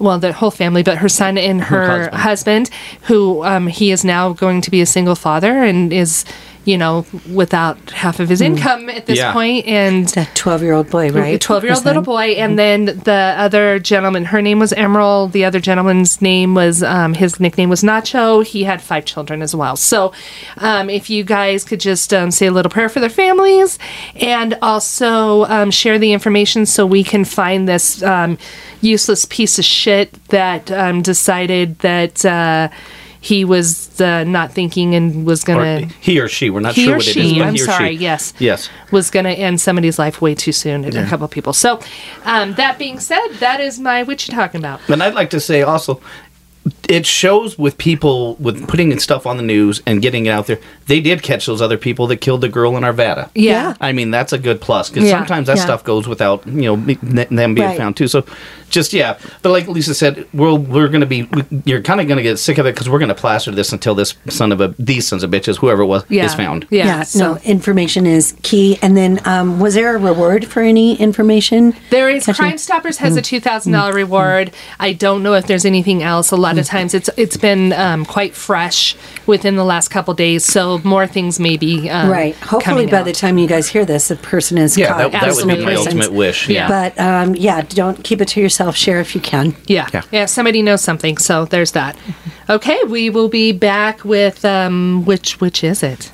Speaker 4: well, the whole family, but her son and her
Speaker 5: husband.
Speaker 4: husband, who um, he is now going to be a single father and is, you know, without half of his income at this
Speaker 5: Yeah.
Speaker 4: point, and
Speaker 3: The 12 year old boy, right?
Speaker 4: a 12 year
Speaker 3: His
Speaker 4: old little
Speaker 3: name?
Speaker 4: boy. And then the other gentleman, her name was Emerald. The other gentleman's name was, um, his nickname was Nacho. He had five children as well. So um, if you guys could just um, say a little prayer for their families and also um, share the information so we can find this um, useless piece of shit that um, decided that. Uh, he was uh, not thinking and was
Speaker 5: Or
Speaker 4: gonna
Speaker 5: he or she, we're not
Speaker 4: he
Speaker 5: sure
Speaker 4: or
Speaker 5: what it
Speaker 4: she,
Speaker 5: is. but
Speaker 4: I'm
Speaker 5: he or
Speaker 4: sorry,
Speaker 5: she.
Speaker 4: yes.
Speaker 5: Yes.
Speaker 4: Was going to end somebody's life way too soon in a couple people. So, um, that being said, that is my what you talking about.
Speaker 5: And I'd like to say also, it shows with people with putting stuff on the news and getting it out there. They did catch those other people that killed the girl in Arvada.
Speaker 4: Yeah.
Speaker 5: I mean that's a good plus because
Speaker 4: Yeah,
Speaker 5: sometimes that
Speaker 4: yeah.
Speaker 5: stuff goes without you know me- n- them being
Speaker 3: Right.
Speaker 5: found too. So just yeah, but like Lisa said, we're we're gonna be we, you're kind of gonna get sick of it because we're gonna plaster this until this son of a these sons of bitches whoever it was
Speaker 4: Yeah.
Speaker 5: is found.
Speaker 4: Yeah.
Speaker 3: Yeah,
Speaker 4: so-
Speaker 3: no, information is key. And then, um, was there a reward for any information?
Speaker 4: There is
Speaker 3: Such a-
Speaker 4: Crime Stoppers has a
Speaker 3: Mm.
Speaker 4: two thousand dollar reward. I don't know if there's anything else. A
Speaker 3: Mm.
Speaker 4: lot of times it's it's been um, quite fresh within the last couple days, so more things may be um,
Speaker 3: Right. Hopefully,
Speaker 4: coming
Speaker 3: by
Speaker 4: out.
Speaker 3: the time you guys hear this, the person is
Speaker 5: Yeah,
Speaker 3: caught.
Speaker 5: that, that would
Speaker 3: person
Speaker 5: be
Speaker 3: or
Speaker 5: my
Speaker 3: persons.
Speaker 5: ultimate wish.
Speaker 4: Yeah.
Speaker 5: Yeah.
Speaker 3: But um, yeah, don't keep it to yourself. Share if you can.
Speaker 4: yeah.
Speaker 5: Yeah.
Speaker 4: yeah somebody knows something, so there's
Speaker 5: *laughs*
Speaker 4: that. Okay, we will be back with um, which which is it?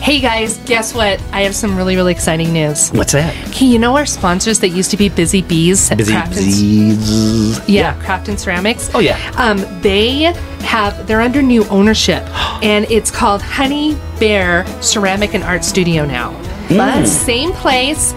Speaker 4: Hey guys, guess what? I have some really really exciting news.
Speaker 5: What's that?
Speaker 4: Okay, you know our sponsors that used to be Busy Bees,
Speaker 5: Busy
Speaker 4: Craft and-
Speaker 5: bees.
Speaker 4: yeah, Craft and Ceramics.
Speaker 5: Oh, yeah.
Speaker 4: um, they have they're under new
Speaker 5: *gasps*
Speaker 4: ownership, and it's called Honey Bear Ceramic and Art Studio now.
Speaker 5: Mm.
Speaker 4: But same place,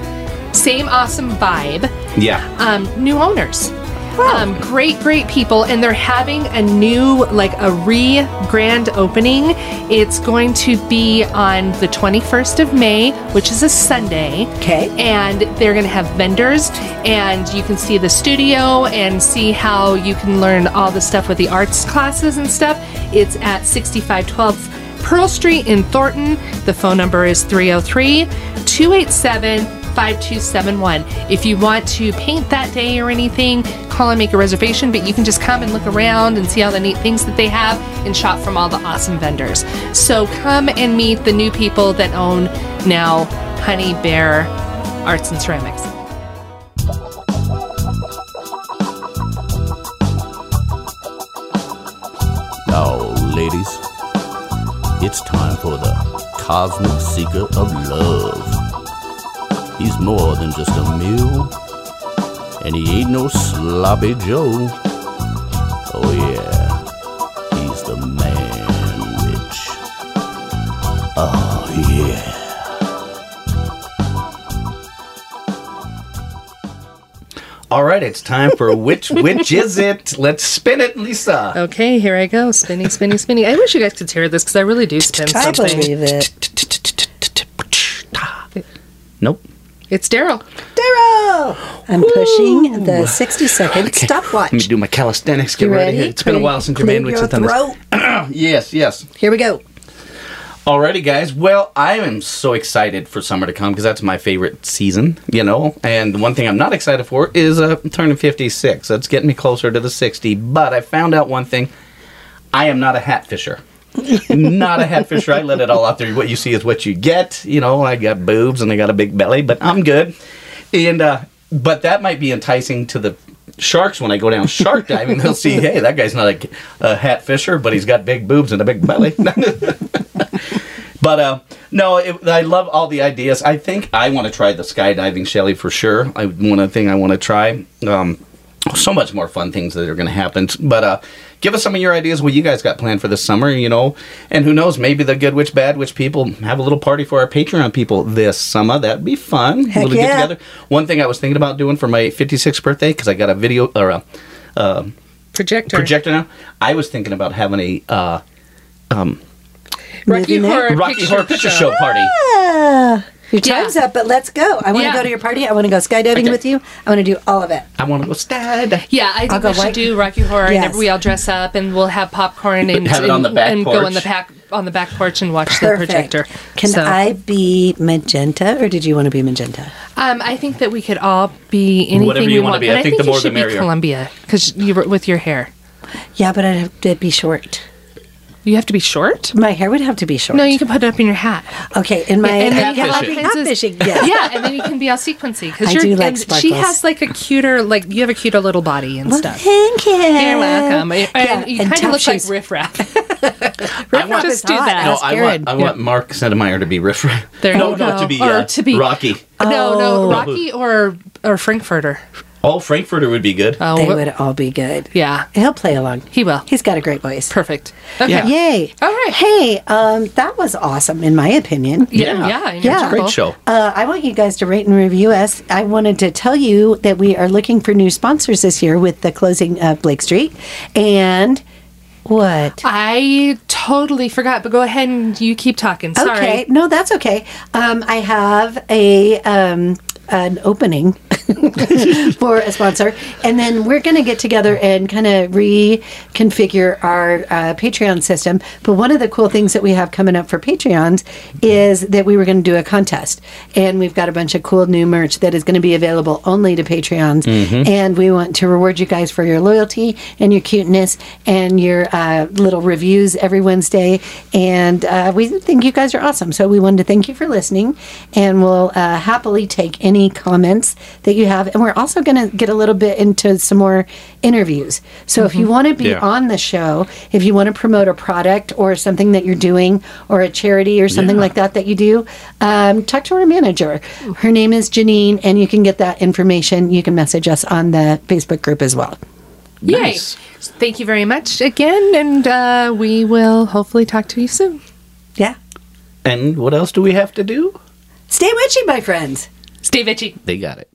Speaker 4: same awesome vibe
Speaker 5: Yeah.
Speaker 4: um, new owners. Um, great, great people, and they're having a new, like a re grand opening. It's going to be on the 21st of May, which is a Sunday.
Speaker 3: Okay.
Speaker 4: And they're going to have vendors, and you can see the studio and see how you can learn all the stuff with the arts classes and stuff. It's at 6512 Pearl Street in Thornton. The phone number is 303 287 5271. If you want to paint that day or anything, call and make a reservation, but you can just come and look around and see all the neat things that they have and shop from all the awesome vendors. So come and meet the new people that own now Honey Bear Arts and Ceramics.
Speaker 8: Now, ladies, it's time for the Cosmic Seeker of Love. He's more than just a mule, and he ain't no sloppy Joe. Oh, yeah, he's the man witch. Oh, yeah.
Speaker 5: All right, it's time for which which is it? Let's spin it, Lisa.
Speaker 4: Okay, here I go. Spinny, spinny, spinny. I wish you guys could hear this because I really do spin
Speaker 3: I
Speaker 4: something.
Speaker 3: believe it.
Speaker 5: Nope.
Speaker 4: It's Daryl.
Speaker 3: I'm pushing the 60 second
Speaker 5: Let me
Speaker 3: stopwatch.
Speaker 5: do my calisthenics. Get
Speaker 3: You
Speaker 5: ready.
Speaker 3: ready?
Speaker 5: It's been a
Speaker 3: Clear-
Speaker 5: while since your
Speaker 3: clear
Speaker 5: bandwidth
Speaker 3: your
Speaker 5: has done
Speaker 3: throat.
Speaker 5: this. Yes, yes.
Speaker 3: Here we go.
Speaker 5: Alrighty, guys. Well, I am so excited for summer to come because that's my favorite season, you know. And the one thing I'm not excited for is uh, turning 56. That's getting me closer to the 60. But I found out one thing I am not a hat fisher. not a hat fisher. I let it all out there. What you see is what you get. You know, I got boobs and I got a big belly, but I'm good. And uh, but that might be enticing to the sharks when I go down shark diving. They'll see, hey, that guy's not a, a hat fisher, but he's got big boobs and a big belly. *laughs* But uh, no, it, I love all the ideas. I think I want to try the skydiving, Shelly, for sure. I one thing I want to try. Um, so much more fun things that are going to happen. But uh, give us some of your ideas what you guys got planned for this summer. You know, and who knows, maybe the good witch, bad witch people have a little party for our Patreon people this summer. That'd be fun.
Speaker 3: Heck
Speaker 5: little
Speaker 3: yeah.
Speaker 5: get-together. One thing I was thinking about doing for my 56th birthday because I got a video or a um,
Speaker 4: Projector.
Speaker 5: projector now. I was thinking about having a uh,
Speaker 4: Rocky
Speaker 3: Movie night.
Speaker 4: Horror,
Speaker 5: Rocky Horror Picture Show party.
Speaker 3: Ah, your
Speaker 4: Yeah.
Speaker 3: time's up, but let's go. I want to
Speaker 4: Yeah.
Speaker 3: go to your party. I want to go skydiving
Speaker 5: Okay.
Speaker 3: with you. I want to do all of it.
Speaker 5: I want to go skydiving.
Speaker 4: Yeah, I
Speaker 3: I'll
Speaker 4: think
Speaker 3: go
Speaker 4: we should
Speaker 3: white-
Speaker 4: do Rocky Horror,
Speaker 3: Yes.
Speaker 4: and we all dress up, and we'll have popcorn and
Speaker 5: Have it on the
Speaker 4: and-
Speaker 5: back
Speaker 4: and go on the
Speaker 5: porch.
Speaker 4: back on the back porch and watch the projector.
Speaker 3: Can
Speaker 4: So,
Speaker 3: I be magenta or did you want to be magenta?
Speaker 4: Um, I think that we could all be anything
Speaker 5: Whatever
Speaker 4: we
Speaker 5: you wanna
Speaker 4: want.
Speaker 5: be.
Speaker 4: but
Speaker 5: I think the
Speaker 4: you
Speaker 5: more the
Speaker 4: should be
Speaker 5: merrier.
Speaker 4: Columbia because you were with your hair.
Speaker 3: Yeah, but I'd have to be short.
Speaker 4: You have to be short.
Speaker 3: My hair would have to be short.
Speaker 4: No, you can put it up in your hat.
Speaker 3: Okay, in my
Speaker 4: and
Speaker 3: yeah,
Speaker 4: then you
Speaker 3: I'll
Speaker 4: have
Speaker 3: be
Speaker 4: all
Speaker 3: hat fishing.
Speaker 4: fishing.
Speaker 3: Yeah.
Speaker 4: yeah, and then you can be all sequency
Speaker 3: I
Speaker 4: because you're.
Speaker 3: do like
Speaker 4: and she
Speaker 3: sparkles.
Speaker 4: has like a cuter, like you have a cuter little body and
Speaker 3: Well,
Speaker 4: stuff.
Speaker 3: thank you.
Speaker 4: You're welcome. And
Speaker 3: Yeah,
Speaker 4: you
Speaker 3: and
Speaker 4: kind
Speaker 3: tap
Speaker 4: of look
Speaker 3: shoes.
Speaker 4: like Riff
Speaker 3: *laughs*
Speaker 4: Raff.
Speaker 3: Riff Raff
Speaker 4: Just
Speaker 3: is
Speaker 4: do
Speaker 3: hot.
Speaker 4: that.
Speaker 5: No,
Speaker 4: Ask
Speaker 5: I
Speaker 4: Aaron.
Speaker 5: want, I
Speaker 4: Yeah.
Speaker 5: want Mark Sandemeyer to be Riff *laughs* Raff.
Speaker 4: There
Speaker 5: no,
Speaker 4: you
Speaker 5: no,
Speaker 4: go.
Speaker 5: to be,
Speaker 4: Or
Speaker 5: uh,
Speaker 4: to be-
Speaker 5: Rocky.
Speaker 4: No,
Speaker 3: Oh.
Speaker 4: no, Rocky or or Frankfurter.
Speaker 5: Oh, Frankfurter would be good.
Speaker 4: Oh,
Speaker 3: They
Speaker 4: wha-
Speaker 3: would all be good.
Speaker 4: Yeah.
Speaker 3: He'll play along.
Speaker 4: He will.
Speaker 3: He's got a great voice.
Speaker 4: Perfect. Okay.
Speaker 5: Yeah.
Speaker 3: Yay.
Speaker 4: All right.
Speaker 3: Hey, um, that was awesome, in my opinion.
Speaker 4: Yeah. Yeah.
Speaker 3: Yeah.
Speaker 5: Great show.
Speaker 3: Uh, I want you guys to rate and review us. I wanted to tell you that we are looking for new sponsors this year with the closing of Blake Street. And what?
Speaker 4: I totally forgot, but go ahead and you keep talking. Sorry.
Speaker 3: Okay. No, that's okay. Um, I have a um, an opening *laughs* for a sponsor, and then we're going to get together and kind of reconfigure our uh, Patreon system. But one of the cool things that we have coming up for Patreons is that we were going to do a contest, and we've got a bunch of cool new merch that is going to be available only to Patreons. And we want to reward you guys for your loyalty and your cuteness and your uh, little reviews every Wednesday. And uh, we think you guys are awesome. So we wanted to thank you for listening, and we'll uh, happily take any comments that you have. And we're also going to get a little bit into some more interviews. So if you want to be
Speaker 5: Yeah.
Speaker 3: on the show, if you want to promote a product or something that you're doing, or a charity or something like that that you do, um, talk to our manager. Her name is Janine, and you can get that information. You can message us on the Facebook group as well.
Speaker 4: Yay.
Speaker 5: Nice.
Speaker 4: Thank you very much again, and uh, we will hopefully talk to you soon.
Speaker 3: Yeah.
Speaker 5: And what else do we have to do?
Speaker 3: Stay witchy, my friends.
Speaker 4: Stay itchy.
Speaker 5: They got it.